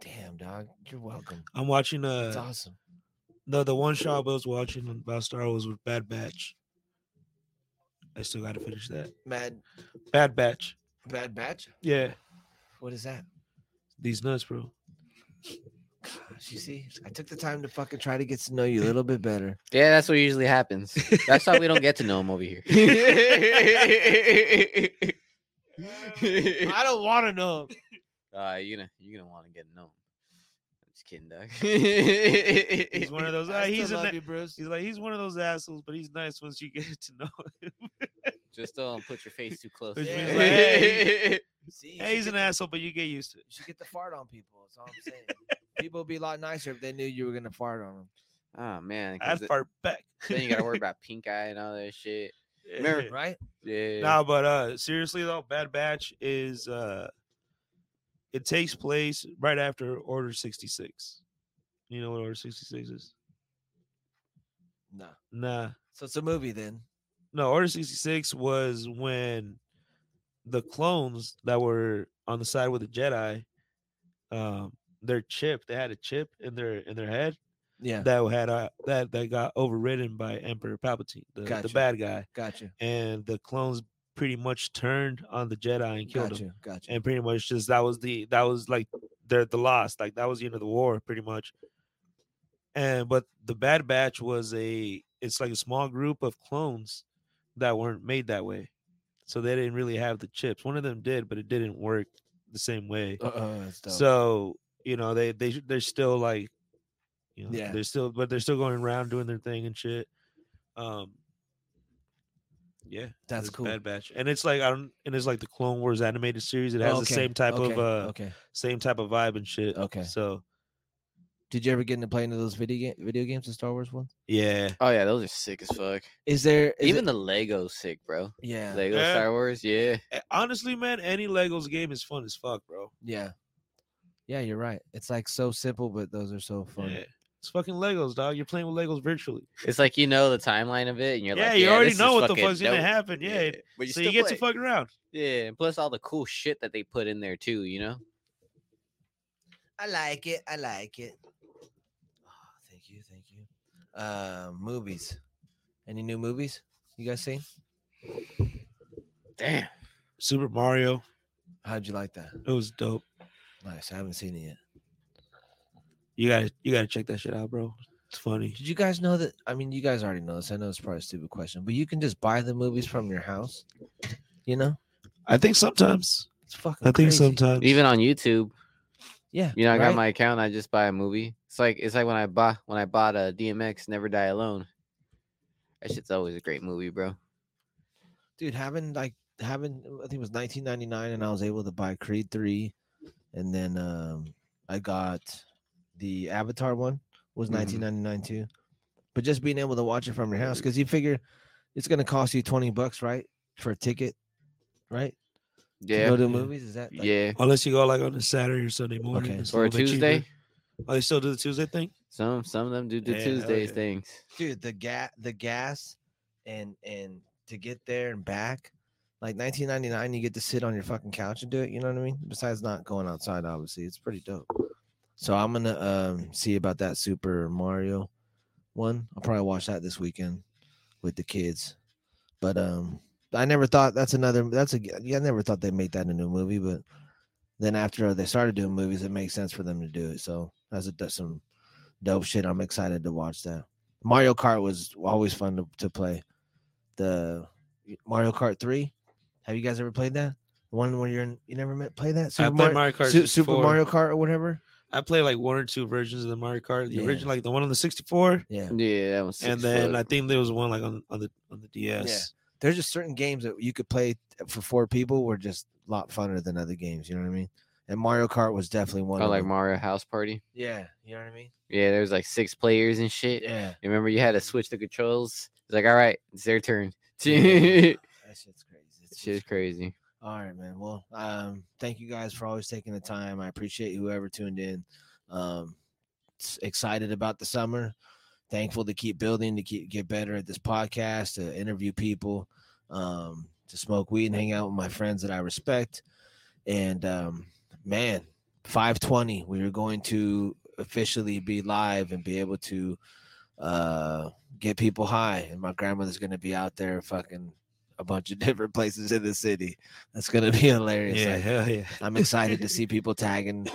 Speaker 2: Damn, dog, you're welcome.
Speaker 3: I'm watching
Speaker 2: It's
Speaker 3: uh
Speaker 2: awesome.
Speaker 3: the the one show I was watching about Star Wars was Bad Batch. I still got to finish that
Speaker 2: Mad
Speaker 3: Bad Batch.
Speaker 2: Bad Batch.
Speaker 3: Yeah,
Speaker 2: What is that?
Speaker 3: these nuts, bro.
Speaker 2: Gosh, you see, I took the time to fucking try to get to know you a little bit better.
Speaker 4: Yeah, that's what usually happens. That's why we don't get to know him over here.
Speaker 2: I don't want to know.
Speaker 4: uh, you're gonna you're gonna want to get to know him. I'm just kidding, dog.
Speaker 3: He's one of those. ah,
Speaker 2: I
Speaker 3: he's
Speaker 2: still
Speaker 3: a,
Speaker 2: love
Speaker 3: ni-
Speaker 2: you, Bruce.
Speaker 3: he's like he's one of those assholes, but he's nice once you get to know him.
Speaker 4: Just don't put your face too close.
Speaker 3: Which
Speaker 4: to
Speaker 2: means,
Speaker 4: it.
Speaker 2: like, hey, See, you
Speaker 3: Hey,
Speaker 2: should
Speaker 3: he's
Speaker 2: get
Speaker 3: an
Speaker 2: the-
Speaker 3: asshole, but you get used to it.
Speaker 2: You should get the fart on people. That's all I'm saying. people would be a lot nicer if they knew you were gonna fart on them.
Speaker 4: oh man, 'cause
Speaker 3: I'd
Speaker 4: th-
Speaker 3: fart back.
Speaker 4: then you gotta worry about pink eye and all that shit. remember-
Speaker 3: Yeah.
Speaker 2: Right?
Speaker 4: Yeah.
Speaker 3: Nah, but uh seriously though, Bad Batch is uh it takes place right after Order 66. You know what Order 66 is?
Speaker 2: No.
Speaker 3: Nah.
Speaker 2: So it's a movie then.
Speaker 3: No, Order 66 was when the clones that were on the side with the Jedi um their chip, they had a chip in their in their head
Speaker 2: Yeah.
Speaker 3: that had uh, that that got overridden by Emperor Palpatine, the,
Speaker 2: Gotcha.
Speaker 3: the bad guy,
Speaker 2: Gotcha.
Speaker 3: and the clones pretty much turned on the Jedi and killed him.
Speaker 2: Gotcha. Gotcha.
Speaker 3: and pretty much just that was the that was like their the loss like that was the end of the war pretty much and but the bad batch was a it's like a small group of clones that weren't made that way so they didn't really have the chips one of them did but it didn't work the same way
Speaker 2: Uh-oh, Uh, that's dope.
Speaker 3: so you know they they they're still like you know
Speaker 2: Yeah.
Speaker 3: they're still but they're still going around doing their thing and shit um yeah
Speaker 2: that's
Speaker 3: it's
Speaker 2: cool.
Speaker 3: Bad Batch, and it's like I don't, and it's like the Clone Wars animated series. It has the
Speaker 2: Okay,
Speaker 3: same type
Speaker 2: okay,
Speaker 3: of uh,
Speaker 2: okay.
Speaker 3: same type of vibe and shit.
Speaker 2: Okay.
Speaker 3: so
Speaker 2: Did you ever get into playing those video game video games, the Star Wars ones?
Speaker 3: yeah,
Speaker 4: Oh yeah, those are sick as fuck.
Speaker 2: Is there is
Speaker 4: Even
Speaker 2: it-
Speaker 4: the Lego's sick, bro.
Speaker 2: yeah,
Speaker 4: Lego
Speaker 3: Yeah.
Speaker 4: Star Wars, yeah.
Speaker 3: Eh, honestly, man, any Legos game is fun as fuck, bro.
Speaker 2: yeah. Yeah, you're right. It's like so simple, but those are so fun.
Speaker 3: Yeah. It's fucking Legos, dog. You're playing with Legos virtually.
Speaker 4: It's like you know the timeline of it, and you're
Speaker 3: yeah,
Speaker 4: like,
Speaker 3: you already
Speaker 4: this
Speaker 3: know
Speaker 4: is
Speaker 3: what the
Speaker 4: fucking
Speaker 3: fuck's gonna
Speaker 4: dope."
Speaker 3: happen. Yeah,
Speaker 4: but you
Speaker 3: so you
Speaker 4: still
Speaker 3: get
Speaker 4: play
Speaker 3: to
Speaker 4: it.
Speaker 3: fuck around.
Speaker 4: Yeah, and plus all the cool shit that they put in there too, you know.
Speaker 2: I like it. I like it. Ah, thank you. Thank you. Uh, movies. Any new movies you guys seen?
Speaker 4: Damn.
Speaker 3: Super Mario,
Speaker 2: How'd you like that?
Speaker 3: it was dope.
Speaker 2: Nice. I haven't seen it yet.
Speaker 3: You gotta you gotta check that shit out, bro. It's funny.
Speaker 2: Did you guys know that? I mean, you guys already know this. I know it's probably a stupid question, but you can just buy the movies from your house. You know,
Speaker 3: I think sometimes.
Speaker 2: it's fucking.
Speaker 3: I think
Speaker 2: crazy.
Speaker 3: sometimes.
Speaker 4: Even on YouTube,
Speaker 2: Yeah.
Speaker 4: you know, I got
Speaker 2: right?
Speaker 4: my account. I just buy a movie. It's like it's like when I bought when I bought uh, a DMX Never Die Alone. That shit's always a great movie, bro.
Speaker 2: dude having like having I think it was 1999, and I was able to buy Creed three, and then um I got the Avatar one was
Speaker 3: Mm-hmm.
Speaker 4: Mhm.
Speaker 2: 1999 too, but just being able to watch it from your house because you figure it's gonna cost you 20 bucks right for a ticket, right? to
Speaker 4: Yeah,
Speaker 2: go to
Speaker 3: Yeah.
Speaker 2: movies is that like-
Speaker 4: yeah.
Speaker 3: unless you go like on a Saturday or Sunday morning.
Speaker 2: Okay.
Speaker 3: it's a
Speaker 4: Or a
Speaker 3: little bit cheaper.
Speaker 4: Tuesday.
Speaker 3: Oh, they still do the Tuesday thing?
Speaker 4: Some some of them do the
Speaker 3: Yeah, hell
Speaker 4: Tuesdays
Speaker 3: yeah.
Speaker 4: things.
Speaker 2: dude the gas the gas and and to get there and back like 1999 you get to sit on your fucking couch and do it you know what i mean besides not going outside obviously it's pretty dope so i'm gonna um see about that super mario one i'll probably watch that this weekend with the kids but um i never thought that's another that's a g- yeah i never thought they made that into a movie but then after they started doing movies it makes sense for them to do it so that's, a, that's some dope shit i'm excited to watch that Mario Kart was always fun to, to play. The Mario Kart Three. Have you guys ever played that? The One where you're in, you never met play that
Speaker 3: I played Mario Kart
Speaker 2: Su- Super
Speaker 3: 64.
Speaker 2: Mario Kart or whatever.
Speaker 3: I play like one or two versions of the Mario Kart. The
Speaker 2: Yeah.
Speaker 3: original, like the one on the 64,
Speaker 2: Yeah.
Speaker 4: Yeah, that was six
Speaker 3: and then
Speaker 4: foot.
Speaker 3: I think there was one like on, on the on the DS.
Speaker 2: There's just certain games that you could play for four people were just a lot funner than other games. You know what I mean? And Mario Kart was definitely one.
Speaker 4: I
Speaker 2: of
Speaker 4: like
Speaker 2: them.
Speaker 4: Mario House Party.
Speaker 2: Yeah. You know what I mean?
Speaker 4: Yeah, there was like six players and shit.
Speaker 2: Yeah.
Speaker 4: Remember, you had to switch the controls. It's like, all right, it's their turn.
Speaker 2: Yeah.
Speaker 4: Shit
Speaker 2: That shit's crazy. It's
Speaker 4: is crazy.
Speaker 2: All right, man. Well, um, thank you guys for always taking the time. I appreciate whoever tuned in. Um, s- excited about the summer. Thankful to keep building, to keep get better at this podcast, to interview people, um, to smoke weed and hang out with my friends that I respect. And um, man, 520, we are going to officially be live and be able to uh, get people high. And my grandmother's going to be out there fucking a bunch of different places in the city. That's gonna be hilarious.
Speaker 3: yeah,
Speaker 2: Like,
Speaker 3: hell yeah.
Speaker 2: I'm excited to see people tagging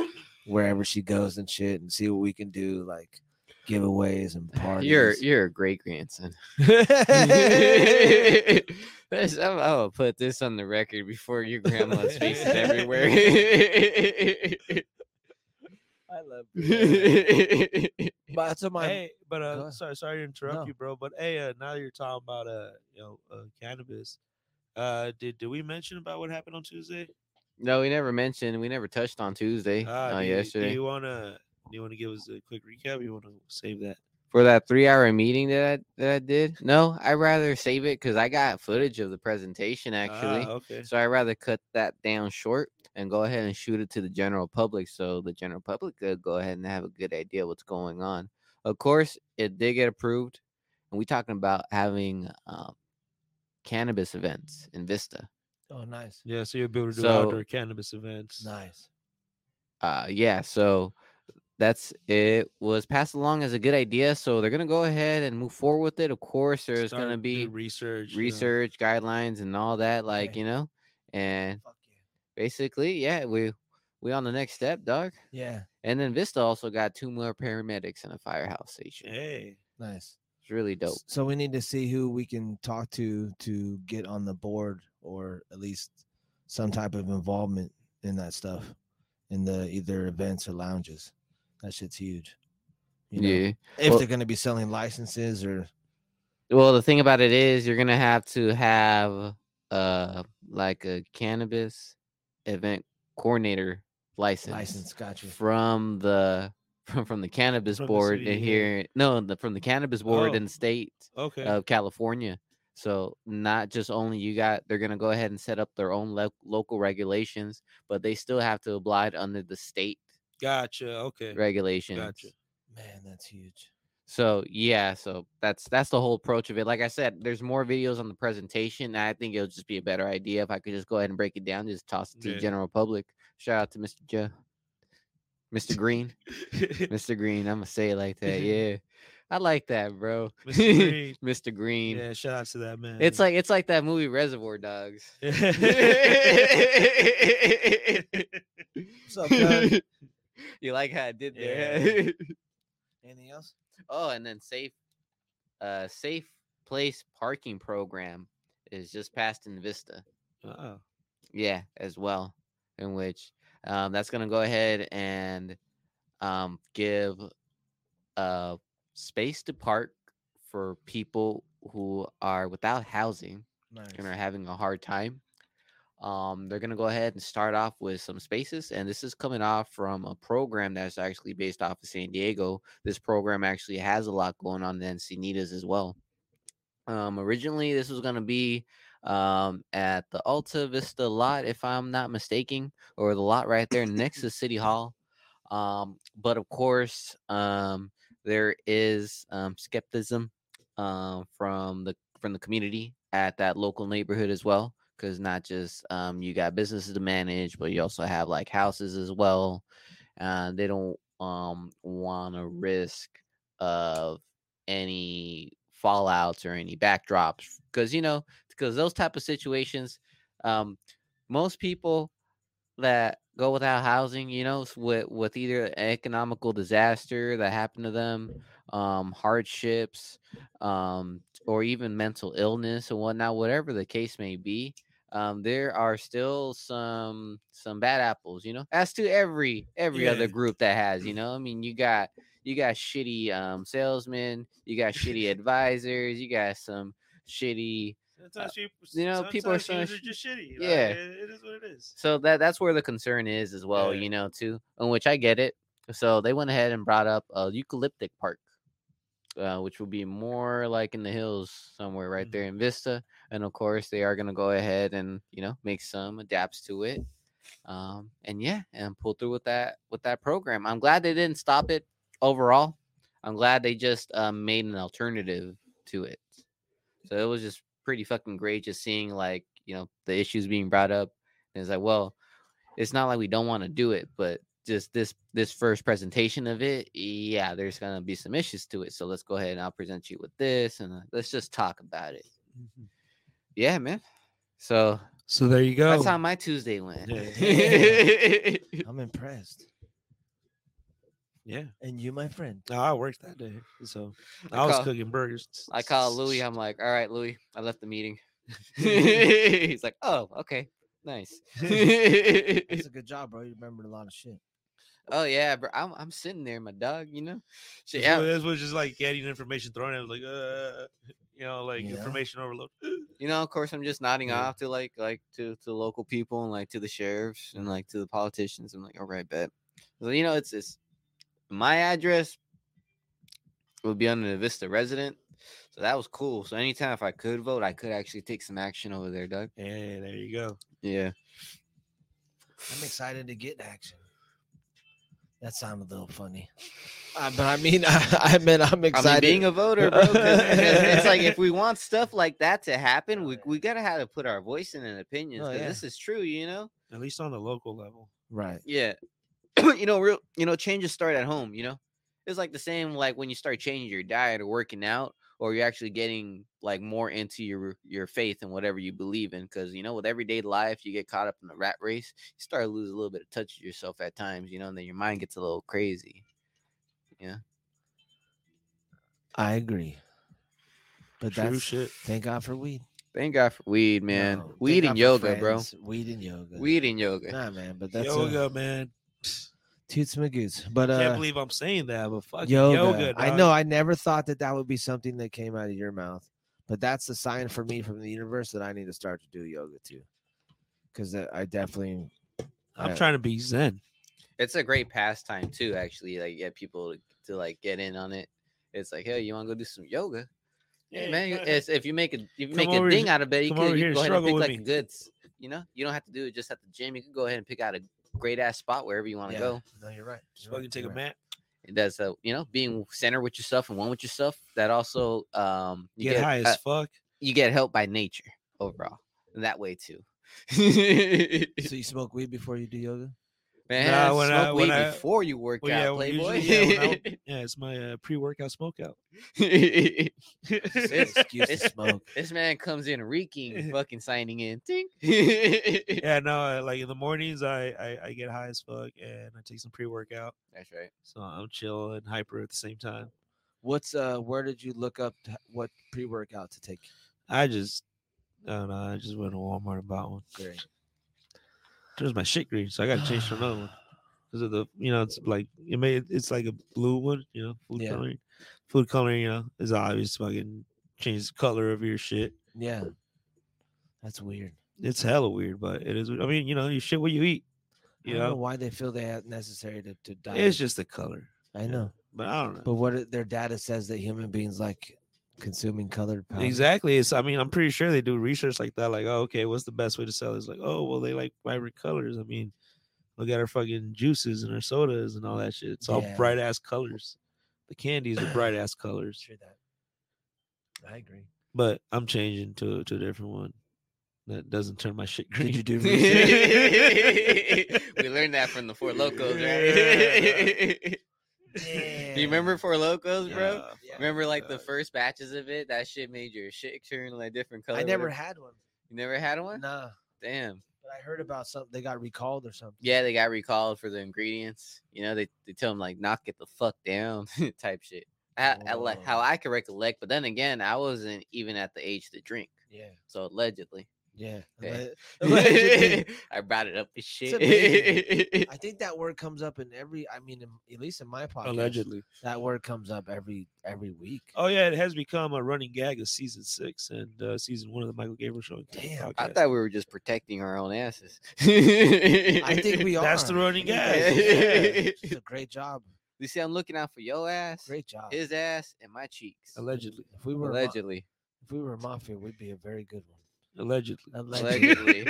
Speaker 2: wherever she goes and shit, and see what we can do, like giveaways and parties.
Speaker 4: You're you're a great grandson.
Speaker 2: yeah,
Speaker 4: That's- I'm, I'm gonna put this on the record before your grandma speaks it everywhere. I love
Speaker 2: but so my
Speaker 3: hey, but
Speaker 2: Go
Speaker 3: uh,
Speaker 2: ahead.
Speaker 3: sorry, sorry to interrupt
Speaker 2: No.
Speaker 3: you, bro. But hey, uh, now that you're talking about uh, you know, uh, cannabis, uh, did did we mention about what happened on Tuesday?
Speaker 4: No, we never mentioned. We never touched on Tuesday.
Speaker 3: Ah,
Speaker 4: uh,
Speaker 3: do you-
Speaker 4: yesterday
Speaker 3: Do you wanna do you wanna give us a quick recap? or You wanna save that?
Speaker 4: for that three-hour meeting that I, that I did. No, I rather save it because I got footage of the presentation actually.
Speaker 3: Ah, okay.
Speaker 4: So I'd rather cut that down short and go ahead and shoot it to the general public so the general public could go ahead and have a good idea what's going on. Of course, it did get approved, and we talking about having um, cannabis events in Vista.
Speaker 2: oh nice,
Speaker 3: Yeah, so you'll be able to do
Speaker 4: So-
Speaker 3: outdoor cannabis events.
Speaker 2: nice.
Speaker 4: Uh, yeah, so that's it was passed along as a good idea. So they're gonna go ahead and move forward with it. Of course, there's
Speaker 3: Start
Speaker 4: gonna
Speaker 3: do
Speaker 4: be
Speaker 3: research. you know.
Speaker 4: research guidelines and all that, like
Speaker 2: Okay.
Speaker 4: you know, and
Speaker 2: Fuck
Speaker 4: basically, yeah, we we on the next step, dog.
Speaker 2: yeah,
Speaker 4: And then Vista also got two more paramedics and a firehouse station.
Speaker 3: Hey,
Speaker 2: yeah, nice.
Speaker 4: It's really dope.
Speaker 2: S- So we need to see who we can talk to to get on the board, or at least some type of involvement in that stuff, in the either events or lounges. That shit's huge. You know?
Speaker 4: Yeah.
Speaker 2: if
Speaker 4: Well-
Speaker 2: they're going to be selling licenses or
Speaker 4: Well, the thing about it is, you're gonna have to have uh like a cannabis event coordinator license,
Speaker 2: license. Gotcha.
Speaker 4: from the from, from the cannabis
Speaker 3: From the
Speaker 4: board
Speaker 3: city, yeah.
Speaker 4: in here. No, the, from the cannabis board
Speaker 3: Oh.
Speaker 4: in the state
Speaker 3: okay.
Speaker 4: of California. So not just only you got they're gonna go ahead and set up their own lo- local regulations, but they still have to oblige under the state
Speaker 3: gotcha. Okay.
Speaker 4: regulations.
Speaker 2: Man, that's huge.
Speaker 4: So yeah, so that's that's the whole approach of it. Like I said, there's more videos on the presentation. and I think it'll just be a better idea if I could just go ahead and break it down, just toss it to
Speaker 3: Yeah.
Speaker 4: the general public. Shout out to Mr. Joe, Mr. Green,
Speaker 3: Gotcha.
Speaker 4: Mr. Green. I'm gonna say it like that. Yeah, I like that, bro.
Speaker 3: Mr. Green.
Speaker 4: Mr. Green.
Speaker 3: Yeah, shout out to that man.
Speaker 4: It's like it's like that movie Reservoir Dogs.
Speaker 2: What's up, cuz?
Speaker 4: you like how I did there?
Speaker 3: Yeah.
Speaker 4: huh?
Speaker 2: Anything else?
Speaker 4: Oh, and then safe, uh, safe place parking program is just passed in Vista. Uh,
Speaker 3: Uh-oh. Uh,
Speaker 4: Yeah, as well, in which um, that's gonna go ahead and um, give uh space to park for people who are without housing
Speaker 2: Nice.
Speaker 4: and are having a hard time. Um, they're gonna go ahead and start off with some spaces, and this is coming off from a program that's actually based off of San Diego. This program actually has a lot going on in Encinitas as well. Um, originally, this was gonna be um, at the Alta Vista lot, if I'm not mistaken, or the lot right there next to City Hall. Um, but of course, um, there is um, skepticism um, from the from the community at that local neighborhood as well because not just um, you got businesses to manage but you also have like houses as well uh, they don't um, want to risk of any fallouts or any backdrops because you know because those type of situations um, most people that go without housing you know s- with with either an economical disaster that happened to them um, hardships um, or even mental illness and whatnot, whatever the case may be, um, there are still some some bad apples, you know. As to every every
Speaker 3: Yeah.
Speaker 4: other group that has, you know. I mean, you got you got shitty um, salesmen, you got shitty advisors, you got some shitty.
Speaker 3: Sometimes people,
Speaker 4: you know, people are
Speaker 3: sometimes
Speaker 4: so
Speaker 3: dudes are just shitty. like,
Speaker 4: yeah.
Speaker 3: it- it is what it is.
Speaker 4: So that that's where the concern is as well,
Speaker 3: Yeah.
Speaker 4: you know, too. In which I get it. So they went ahead and brought up a eucalyptic park, uh, which will be more like in the hills somewhere right there in Vista. And of course, they are gonna go ahead and you know make some adapts to it, um, and yeah, and pull through with that with that program. I'm glad they didn't stop it overall. I'm glad they just um, made an alternative to it. So it was just pretty fucking great just seeing like you know the issues being brought up and it's like, well, it's not like we don't want to do it, but just this this first presentation of it, yeah, there's gonna be some issues to it. So let's go ahead and I'll present you with this, and uh, let's just talk about it.
Speaker 2: Mm-hmm.
Speaker 4: Yeah, man. So
Speaker 3: So there you go.
Speaker 4: that's how my Tuesday went.
Speaker 2: Yeah. I'm impressed.
Speaker 3: yeah.
Speaker 2: And you, my friend.
Speaker 3: No, I worked that day, so
Speaker 4: I
Speaker 3: I, was
Speaker 4: call-
Speaker 3: cooking burgers.
Speaker 4: I call Louis. I'm like, all right, Louis, I left the meeting. He's like, oh, okay, nice.
Speaker 2: That's a good job, bro. You remembered a lot of shit.
Speaker 4: oh yeah, bro. I'm, I'm sitting there, my dog. You know, shit.
Speaker 3: That's
Speaker 4: Yeah,
Speaker 3: what- that's what just like getting information thrown at like uh, you know, like
Speaker 2: Yeah.
Speaker 3: information overload.
Speaker 4: you know, of course, I'm just nodding
Speaker 3: Yeah.
Speaker 4: off to like like to to local people and like to the sheriffs and like to the politicians. I'm like, all right, bet. So you know, it's it's my address would be under the Vista resident, so that was cool. So anytime if I could vote, I could actually take some action over there, Doug.
Speaker 3: Yeah, there you go.
Speaker 4: Yeah,
Speaker 2: I'm excited to get action. That sounded a little funny. Uh, but I mean, I, I mean, I'm excited.
Speaker 4: I mean, being a voter, bro. 'cause- 'cause it's like if we want stuff like that to happen, we
Speaker 2: Oh,
Speaker 4: we gotta have to put our voice in and opinions.
Speaker 2: Oh,
Speaker 4: 'cause
Speaker 2: yeah.
Speaker 4: This is true, you know.
Speaker 3: At least on the local level.
Speaker 2: right.
Speaker 4: Yeah. you know, real you know, changes start at home, you know? It's like the same like when you start changing your diet or working out or you're actually getting like more into your your faith and whatever you believe in because you know with everyday life you get caught up in the rat race you start to lose a little bit of touch of yourself at times you know and then your mind gets a little crazy
Speaker 2: I agree. But
Speaker 3: True
Speaker 2: that's
Speaker 3: shit.
Speaker 2: thank God for weed.
Speaker 4: thank god for weed man
Speaker 2: No,
Speaker 4: weed
Speaker 2: thank
Speaker 4: and
Speaker 2: God for
Speaker 4: yoga bro
Speaker 2: friends, Weed and yoga.
Speaker 4: weed and yoga
Speaker 2: Nah, man. But that's
Speaker 3: yoga,
Speaker 2: yoga.
Speaker 3: man.
Speaker 2: toots my goots. But
Speaker 3: Can't
Speaker 2: uh,
Speaker 3: believe I'm saying that, but fuck
Speaker 2: yoga.
Speaker 3: yoga
Speaker 2: I
Speaker 3: dog.
Speaker 2: know. I never thought that that would be something that came out of your mouth, but that's a sign for me from the universe that I need to start to do yoga too, because I definitely.
Speaker 3: I'm
Speaker 2: I-
Speaker 3: trying to be zen.
Speaker 4: it's a great pastime too actually like get people to, to like get in on it it's like hey you want to go do some yoga yeah, man you- it's, if you make a if you
Speaker 3: Come
Speaker 4: make
Speaker 3: over
Speaker 4: a
Speaker 3: here-
Speaker 4: thing out of it you
Speaker 3: come
Speaker 4: can
Speaker 3: over
Speaker 4: you
Speaker 3: here,
Speaker 4: can go ahead and
Speaker 3: struggle
Speaker 4: pick
Speaker 3: with
Speaker 4: like
Speaker 3: me.
Speaker 4: the goods you know you don't have to do it just at the gym you can go ahead and pick out a great ass spot wherever you want to
Speaker 2: yeah,
Speaker 4: go
Speaker 2: No, you're right.
Speaker 3: Just
Speaker 2: you're right,
Speaker 3: fucking take
Speaker 2: you're
Speaker 3: a
Speaker 2: right.
Speaker 3: nap.
Speaker 4: And that's a you know being centered with yourself and one with yourself that also um you
Speaker 3: Get, high
Speaker 4: uh,
Speaker 3: as fuck.
Speaker 4: you get helped by nature overall and that way too
Speaker 2: So you smoke weed before you do yoga?
Speaker 4: man
Speaker 3: when I-
Speaker 4: smoke
Speaker 3: when
Speaker 4: weed
Speaker 3: I-
Speaker 4: before you work
Speaker 3: well, yeah, well,
Speaker 4: out playboy
Speaker 3: usually, yeah, when I- Yeah, it's my uh, pre-workout smoke out.
Speaker 2: Just an excuse to smoke.
Speaker 4: This man comes in reeking, fucking signing in. Ding.
Speaker 3: yeah, no, uh, like in the mornings, I, I I get high as fuck and I take some pre-workout,
Speaker 4: That's right.
Speaker 3: so I'm chill and hyper at the same time.
Speaker 2: What's uh? Where did you look up t- what pre workout to take?
Speaker 3: I just, I don't know, I just went to Walmart and bought one.
Speaker 2: Great.
Speaker 3: There's my shit green, so I got to change to another one because of the, you know, it's like it may it's like a blue one, you know, food
Speaker 2: Yeah.
Speaker 3: coloring. Food coloring, you know, is obvious. Fucking change the color of your shit.
Speaker 2: Yeah, that's weird.
Speaker 3: It's hella weird, but it is. I mean, you know, you shit what you eat.
Speaker 2: I
Speaker 3: You
Speaker 2: don't know
Speaker 3: know,
Speaker 2: why they feel they have necessary to, to die.
Speaker 3: it's just the color.
Speaker 2: I
Speaker 3: yeah.
Speaker 2: know,
Speaker 3: But I don't know.
Speaker 2: but what it- their data says that human beings like consuming colored powder.
Speaker 3: Exactly. It's I mean, I'm pretty sure they do research like that. Like, oh, okay, what's the best way to sell? It's like, oh, well, they like vibrant colors. I mean, look at our fucking juices and our sodas and all that shit. It's all
Speaker 2: Yeah.
Speaker 3: bright ass colors. The candies are bright ass colors.
Speaker 2: True that. I agree.
Speaker 3: But I'm changing to to a different one that doesn't turn my shit green.
Speaker 2: Did you do
Speaker 3: research?
Speaker 4: we learned that from the Four Locos, right?
Speaker 2: Damn.
Speaker 4: you remember Four Locos, bro?
Speaker 3: Yeah,
Speaker 2: Yeah.
Speaker 4: Remember like the
Speaker 3: God.
Speaker 4: first batches of it? That shit made your shit turn like different color.
Speaker 2: I never
Speaker 4: whatever.
Speaker 2: had one.
Speaker 4: You never had one?
Speaker 2: Nah,
Speaker 4: Damn.
Speaker 2: but I heard about something. They got recalled or something.
Speaker 4: Yeah, they got recalled for the ingredients. You know, they, they tell them like knock it the fuck down type shit. I, I like how
Speaker 2: Whoa.
Speaker 4: I can recollect, but then again, I wasn't even at the age to drink.
Speaker 2: Yeah.
Speaker 4: So allegedly.
Speaker 2: Yeah.
Speaker 4: Yeah.
Speaker 2: but- but it-
Speaker 4: I brought it up as shit.
Speaker 2: amazing. I think that word comes up in every. I mean, in- at least in my podcast,
Speaker 3: allegedly.
Speaker 2: that word comes up every every week.
Speaker 3: Oh yeah, it has become a running gag of season six and uh, season one of the Michael Gabriel Show.
Speaker 2: Damn,
Speaker 4: I
Speaker 3: podcast.
Speaker 4: thought we were just protecting our own asses.
Speaker 2: I
Speaker 4: I
Speaker 2: think we are.
Speaker 3: That's the running
Speaker 2: I think
Speaker 4: gag.
Speaker 2: we are. She's a great job.
Speaker 4: You see, I'm looking out for your ass,
Speaker 2: Great job.
Speaker 4: his ass, and my cheeks.
Speaker 3: allegedly,
Speaker 2: If we were ma-
Speaker 4: Allegedly.
Speaker 2: if we were mafia, we'd be a very good one.
Speaker 3: allegedly.
Speaker 2: Alleged.
Speaker 4: Allegedly.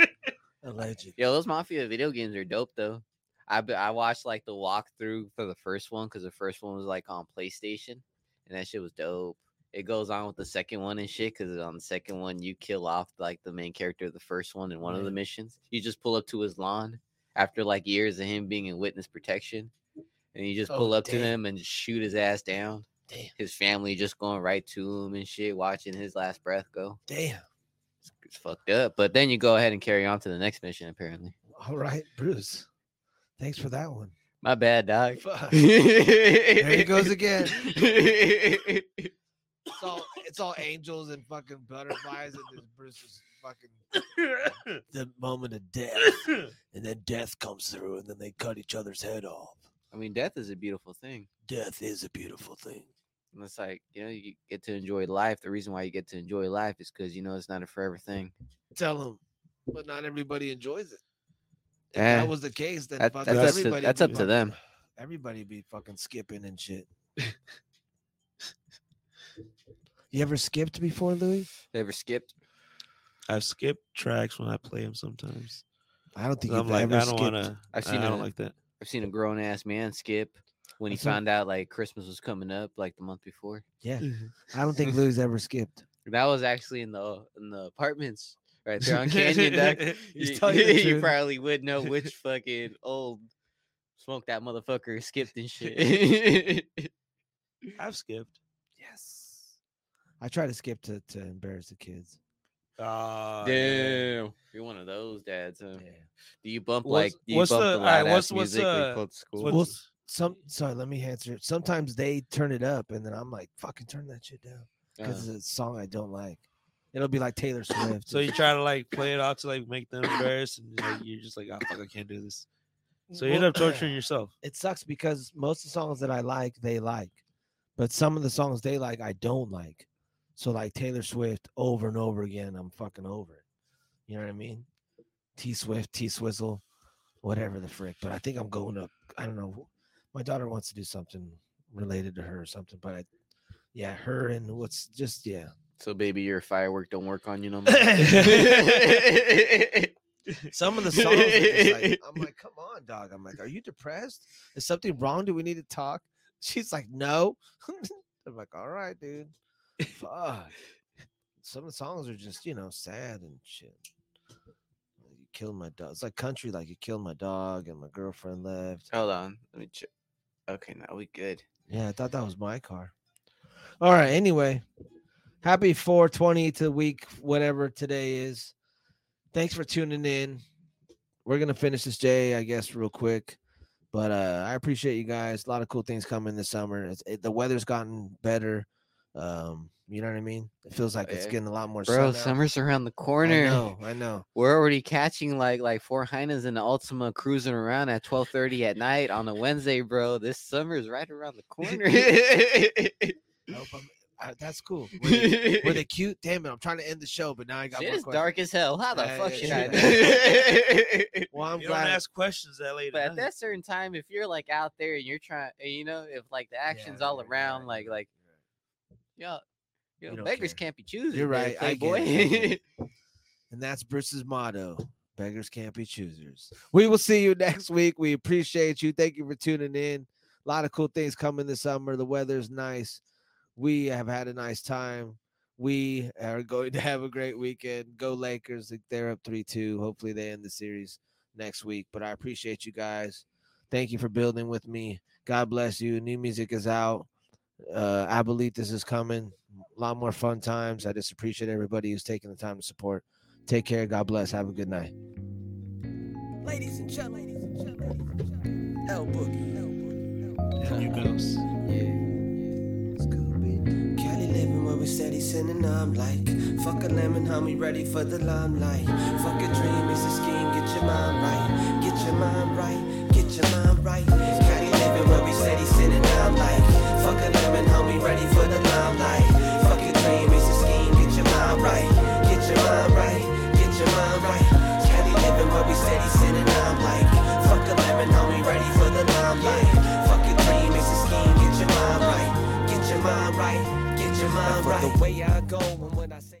Speaker 2: Alleged.
Speaker 4: Yo, those Mafia video games are dope though. I be- I watched like the walkthrough for the first one because the first one was like on PlayStation, and that shit was dope. It goes on with the second one and shit because on the second one you kill off like the main character of the first one in one of
Speaker 2: Yeah.
Speaker 4: the missions. You just pull up to his lawn after like years of him being in witness protection, and you just
Speaker 2: Oh,
Speaker 4: pull up
Speaker 2: damn.
Speaker 4: to him and shoot his ass down.
Speaker 2: Damn.
Speaker 4: His family just going right to him and shit, watching his last breath go.
Speaker 2: Damn.
Speaker 4: It's, it's fucked up. But then you go ahead and carry on to the next mission apparently.
Speaker 2: All right, Bruce. Thanks for that one.
Speaker 4: My bad, dog.
Speaker 2: Fuck.
Speaker 4: there
Speaker 2: he goes again.
Speaker 4: He's
Speaker 2: It's all it's all angels and fucking butterflies and this Bruce is fucking the moment of death. And then death comes through and then they cut each other's head off.
Speaker 4: I mean, death is a beautiful thing.
Speaker 2: Death is a beautiful thing.
Speaker 4: And it's like, you know, you get to enjoy life. The reason why you get to enjoy life is because you know it's not a forever thing.
Speaker 2: Tell them. But not everybody enjoys it. If
Speaker 4: Eh,
Speaker 2: that was the case, then
Speaker 4: That-
Speaker 2: fucking
Speaker 4: that's, up to,
Speaker 2: everybody
Speaker 4: that's
Speaker 2: would
Speaker 4: up
Speaker 2: be
Speaker 4: to
Speaker 2: fucking-
Speaker 4: them.
Speaker 2: Everybody be fucking skipping and shit. you ever skipped before, Louis?
Speaker 4: They ever skipped?
Speaker 3: I've skipped tracks when I play them sometimes.
Speaker 2: I don't think
Speaker 3: I'm
Speaker 2: you've
Speaker 3: like, I
Speaker 2: ever
Speaker 3: don't
Speaker 2: skipped.
Speaker 3: wanna.
Speaker 4: I've seen
Speaker 3: I don't
Speaker 4: it.
Speaker 3: like that.
Speaker 4: I've seen a grown ass man skip when he
Speaker 2: That's what-
Speaker 4: found out like Christmas was coming up, like the month before.
Speaker 2: Yeah, I don't think Louis ever skipped.
Speaker 4: That was actually in the in the apartments right there on Canyon. Doc.
Speaker 3: He's
Speaker 4: you,
Speaker 3: telling you the
Speaker 4: you
Speaker 3: truth.
Speaker 4: probably would know which fucking old smoke that motherfucker skipped and shit.
Speaker 3: I've skipped.
Speaker 2: Yes. I try to skip to, to embarrass the kids.
Speaker 3: Ah, yeah.
Speaker 4: Damn, Oh, you're one of those dads. Huh?
Speaker 2: Yeah.
Speaker 4: Do you bump
Speaker 3: What's-
Speaker 4: like do you
Speaker 3: what's
Speaker 4: bump
Speaker 3: the-
Speaker 4: the,
Speaker 3: all right,
Speaker 4: loud
Speaker 3: what's-
Speaker 4: ass
Speaker 3: what's,
Speaker 4: music
Speaker 3: uh,
Speaker 4: they put to school?
Speaker 2: Well,
Speaker 3: What's-
Speaker 2: Some sorry, let me answer. it. Sometimes they turn it up and then I'm like, fucking turn that shit down. Because
Speaker 4: Uh,
Speaker 2: it's a song I don't like. It'll be like Taylor Swift.
Speaker 3: So you try to like play it out to like make them embarrassed, and like, you're just like, oh, fuck, I can't do this. So you end
Speaker 2: Well,
Speaker 3: up torturing yourself.
Speaker 2: It sucks because most of the songs that I like, they like. But some of the songs they like, I don't like. So like Taylor Swift over and over again, I'm fucking over it. You know what I mean? T Swift, T Swizzle, whatever the frick. But I think I'm going up. I don't know. My daughter wants to do something related to her or something. But I, yeah, her and what's just yeah.
Speaker 4: so baby, your firework don't work on you no more. Damn.
Speaker 2: Some of the songs, are just like, I'm like, come on, dog. I'm like, are you depressed? Is something wrong? Do we need to talk? She's like, no. I'm like, all right, dude. Fuck. Some of the songs are just, you know, sad and shit. Like, You killed my dog. It's like country, like you killed my dog and my girlfriend left.
Speaker 4: Hold on, let me check. Okay, now we good.
Speaker 2: Yeah, I thought that was my car. All right. Anyway, happy 420 to week, whatever today is. Thanks for tuning in. We're gonna finish this day, I guess, real quick. But uh, I appreciate you guys. A lot of cool things coming this summer. It's, it, the weather's gotten better. Um, you know what I mean? It feels like it's
Speaker 4: yeah.
Speaker 2: getting a lot more
Speaker 4: Bro,
Speaker 2: sun out.
Speaker 4: summer's around the
Speaker 2: I
Speaker 4: corner.
Speaker 2: know, I know.
Speaker 4: We're already catching like like four Heinas and the Ultima cruising around at 12:30 at night on a Wednesday, bro. This summer is right around the corner. Shit
Speaker 2: I hope I'm, I, that's cool. Were they, were they cute? Damn it! I'm trying to end the show, but now I got more
Speaker 4: is
Speaker 2: questions.
Speaker 4: dark as hell. How the
Speaker 2: Yeah,
Speaker 4: fuck
Speaker 2: yeah,
Speaker 4: should I know?
Speaker 2: Well, I'm
Speaker 3: you
Speaker 2: glad.
Speaker 3: don't ask questions that late.
Speaker 4: but
Speaker 3: at
Speaker 4: at
Speaker 3: night.
Speaker 4: that certain time, if you're like out there and you're trying, you know, if like the
Speaker 2: Yeah,
Speaker 4: action's
Speaker 2: you're
Speaker 4: all
Speaker 2: right, you're
Speaker 4: around,
Speaker 2: right,
Speaker 4: like
Speaker 2: you're right,
Speaker 4: like
Speaker 2: you're right.
Speaker 4: yo,
Speaker 2: You
Speaker 4: yo,
Speaker 2: don't
Speaker 4: beggars
Speaker 2: care.
Speaker 4: can't be choosers. there,
Speaker 2: right, I get
Speaker 4: playboy.
Speaker 2: it, I get And that's Bruce's motto beggars can't be choosers. We will see you next week. We appreciate you. Thank you for tuning in. A lot of cool things coming this summer. The weather's nice. We have had a nice time. We are going to have a great weekend. Go Lakers. Like, They're up 3 2. Hopefully, they end the series next week. But I appreciate you guys. Thank you for building with me. God bless you. New music is out. Uh, I believe this is coming. A lot more fun times. I just appreciate everybody who's taking the time to support. Take care. God bless. Have a good night.
Speaker 1: Ladies and gentlemen, ladies and gentlemen, L Boogie, L Boogie, L
Speaker 3: you ghost.
Speaker 1: Boogie. Scooby. Cali living where we steady sending I'm like, Fuck a lemon, homie, ready for the limelight. Fuck a dream, it's a scheme, get your mind right. Get your mind right, get your mind right. Caddy living where we said he's in and I'm like. Fuck a lemon, homie, ready for the limelight. Fuck a dream, it's a scheme, get your mind right. Get your mind right, get your mind right. Caddy living where we said he's in and I'm like. Fuck a lemon, homie, ready for the limelight. Fuck a dream, it's a scheme, get your mind right. Get your mind right, get your mind right. The way I go and when I say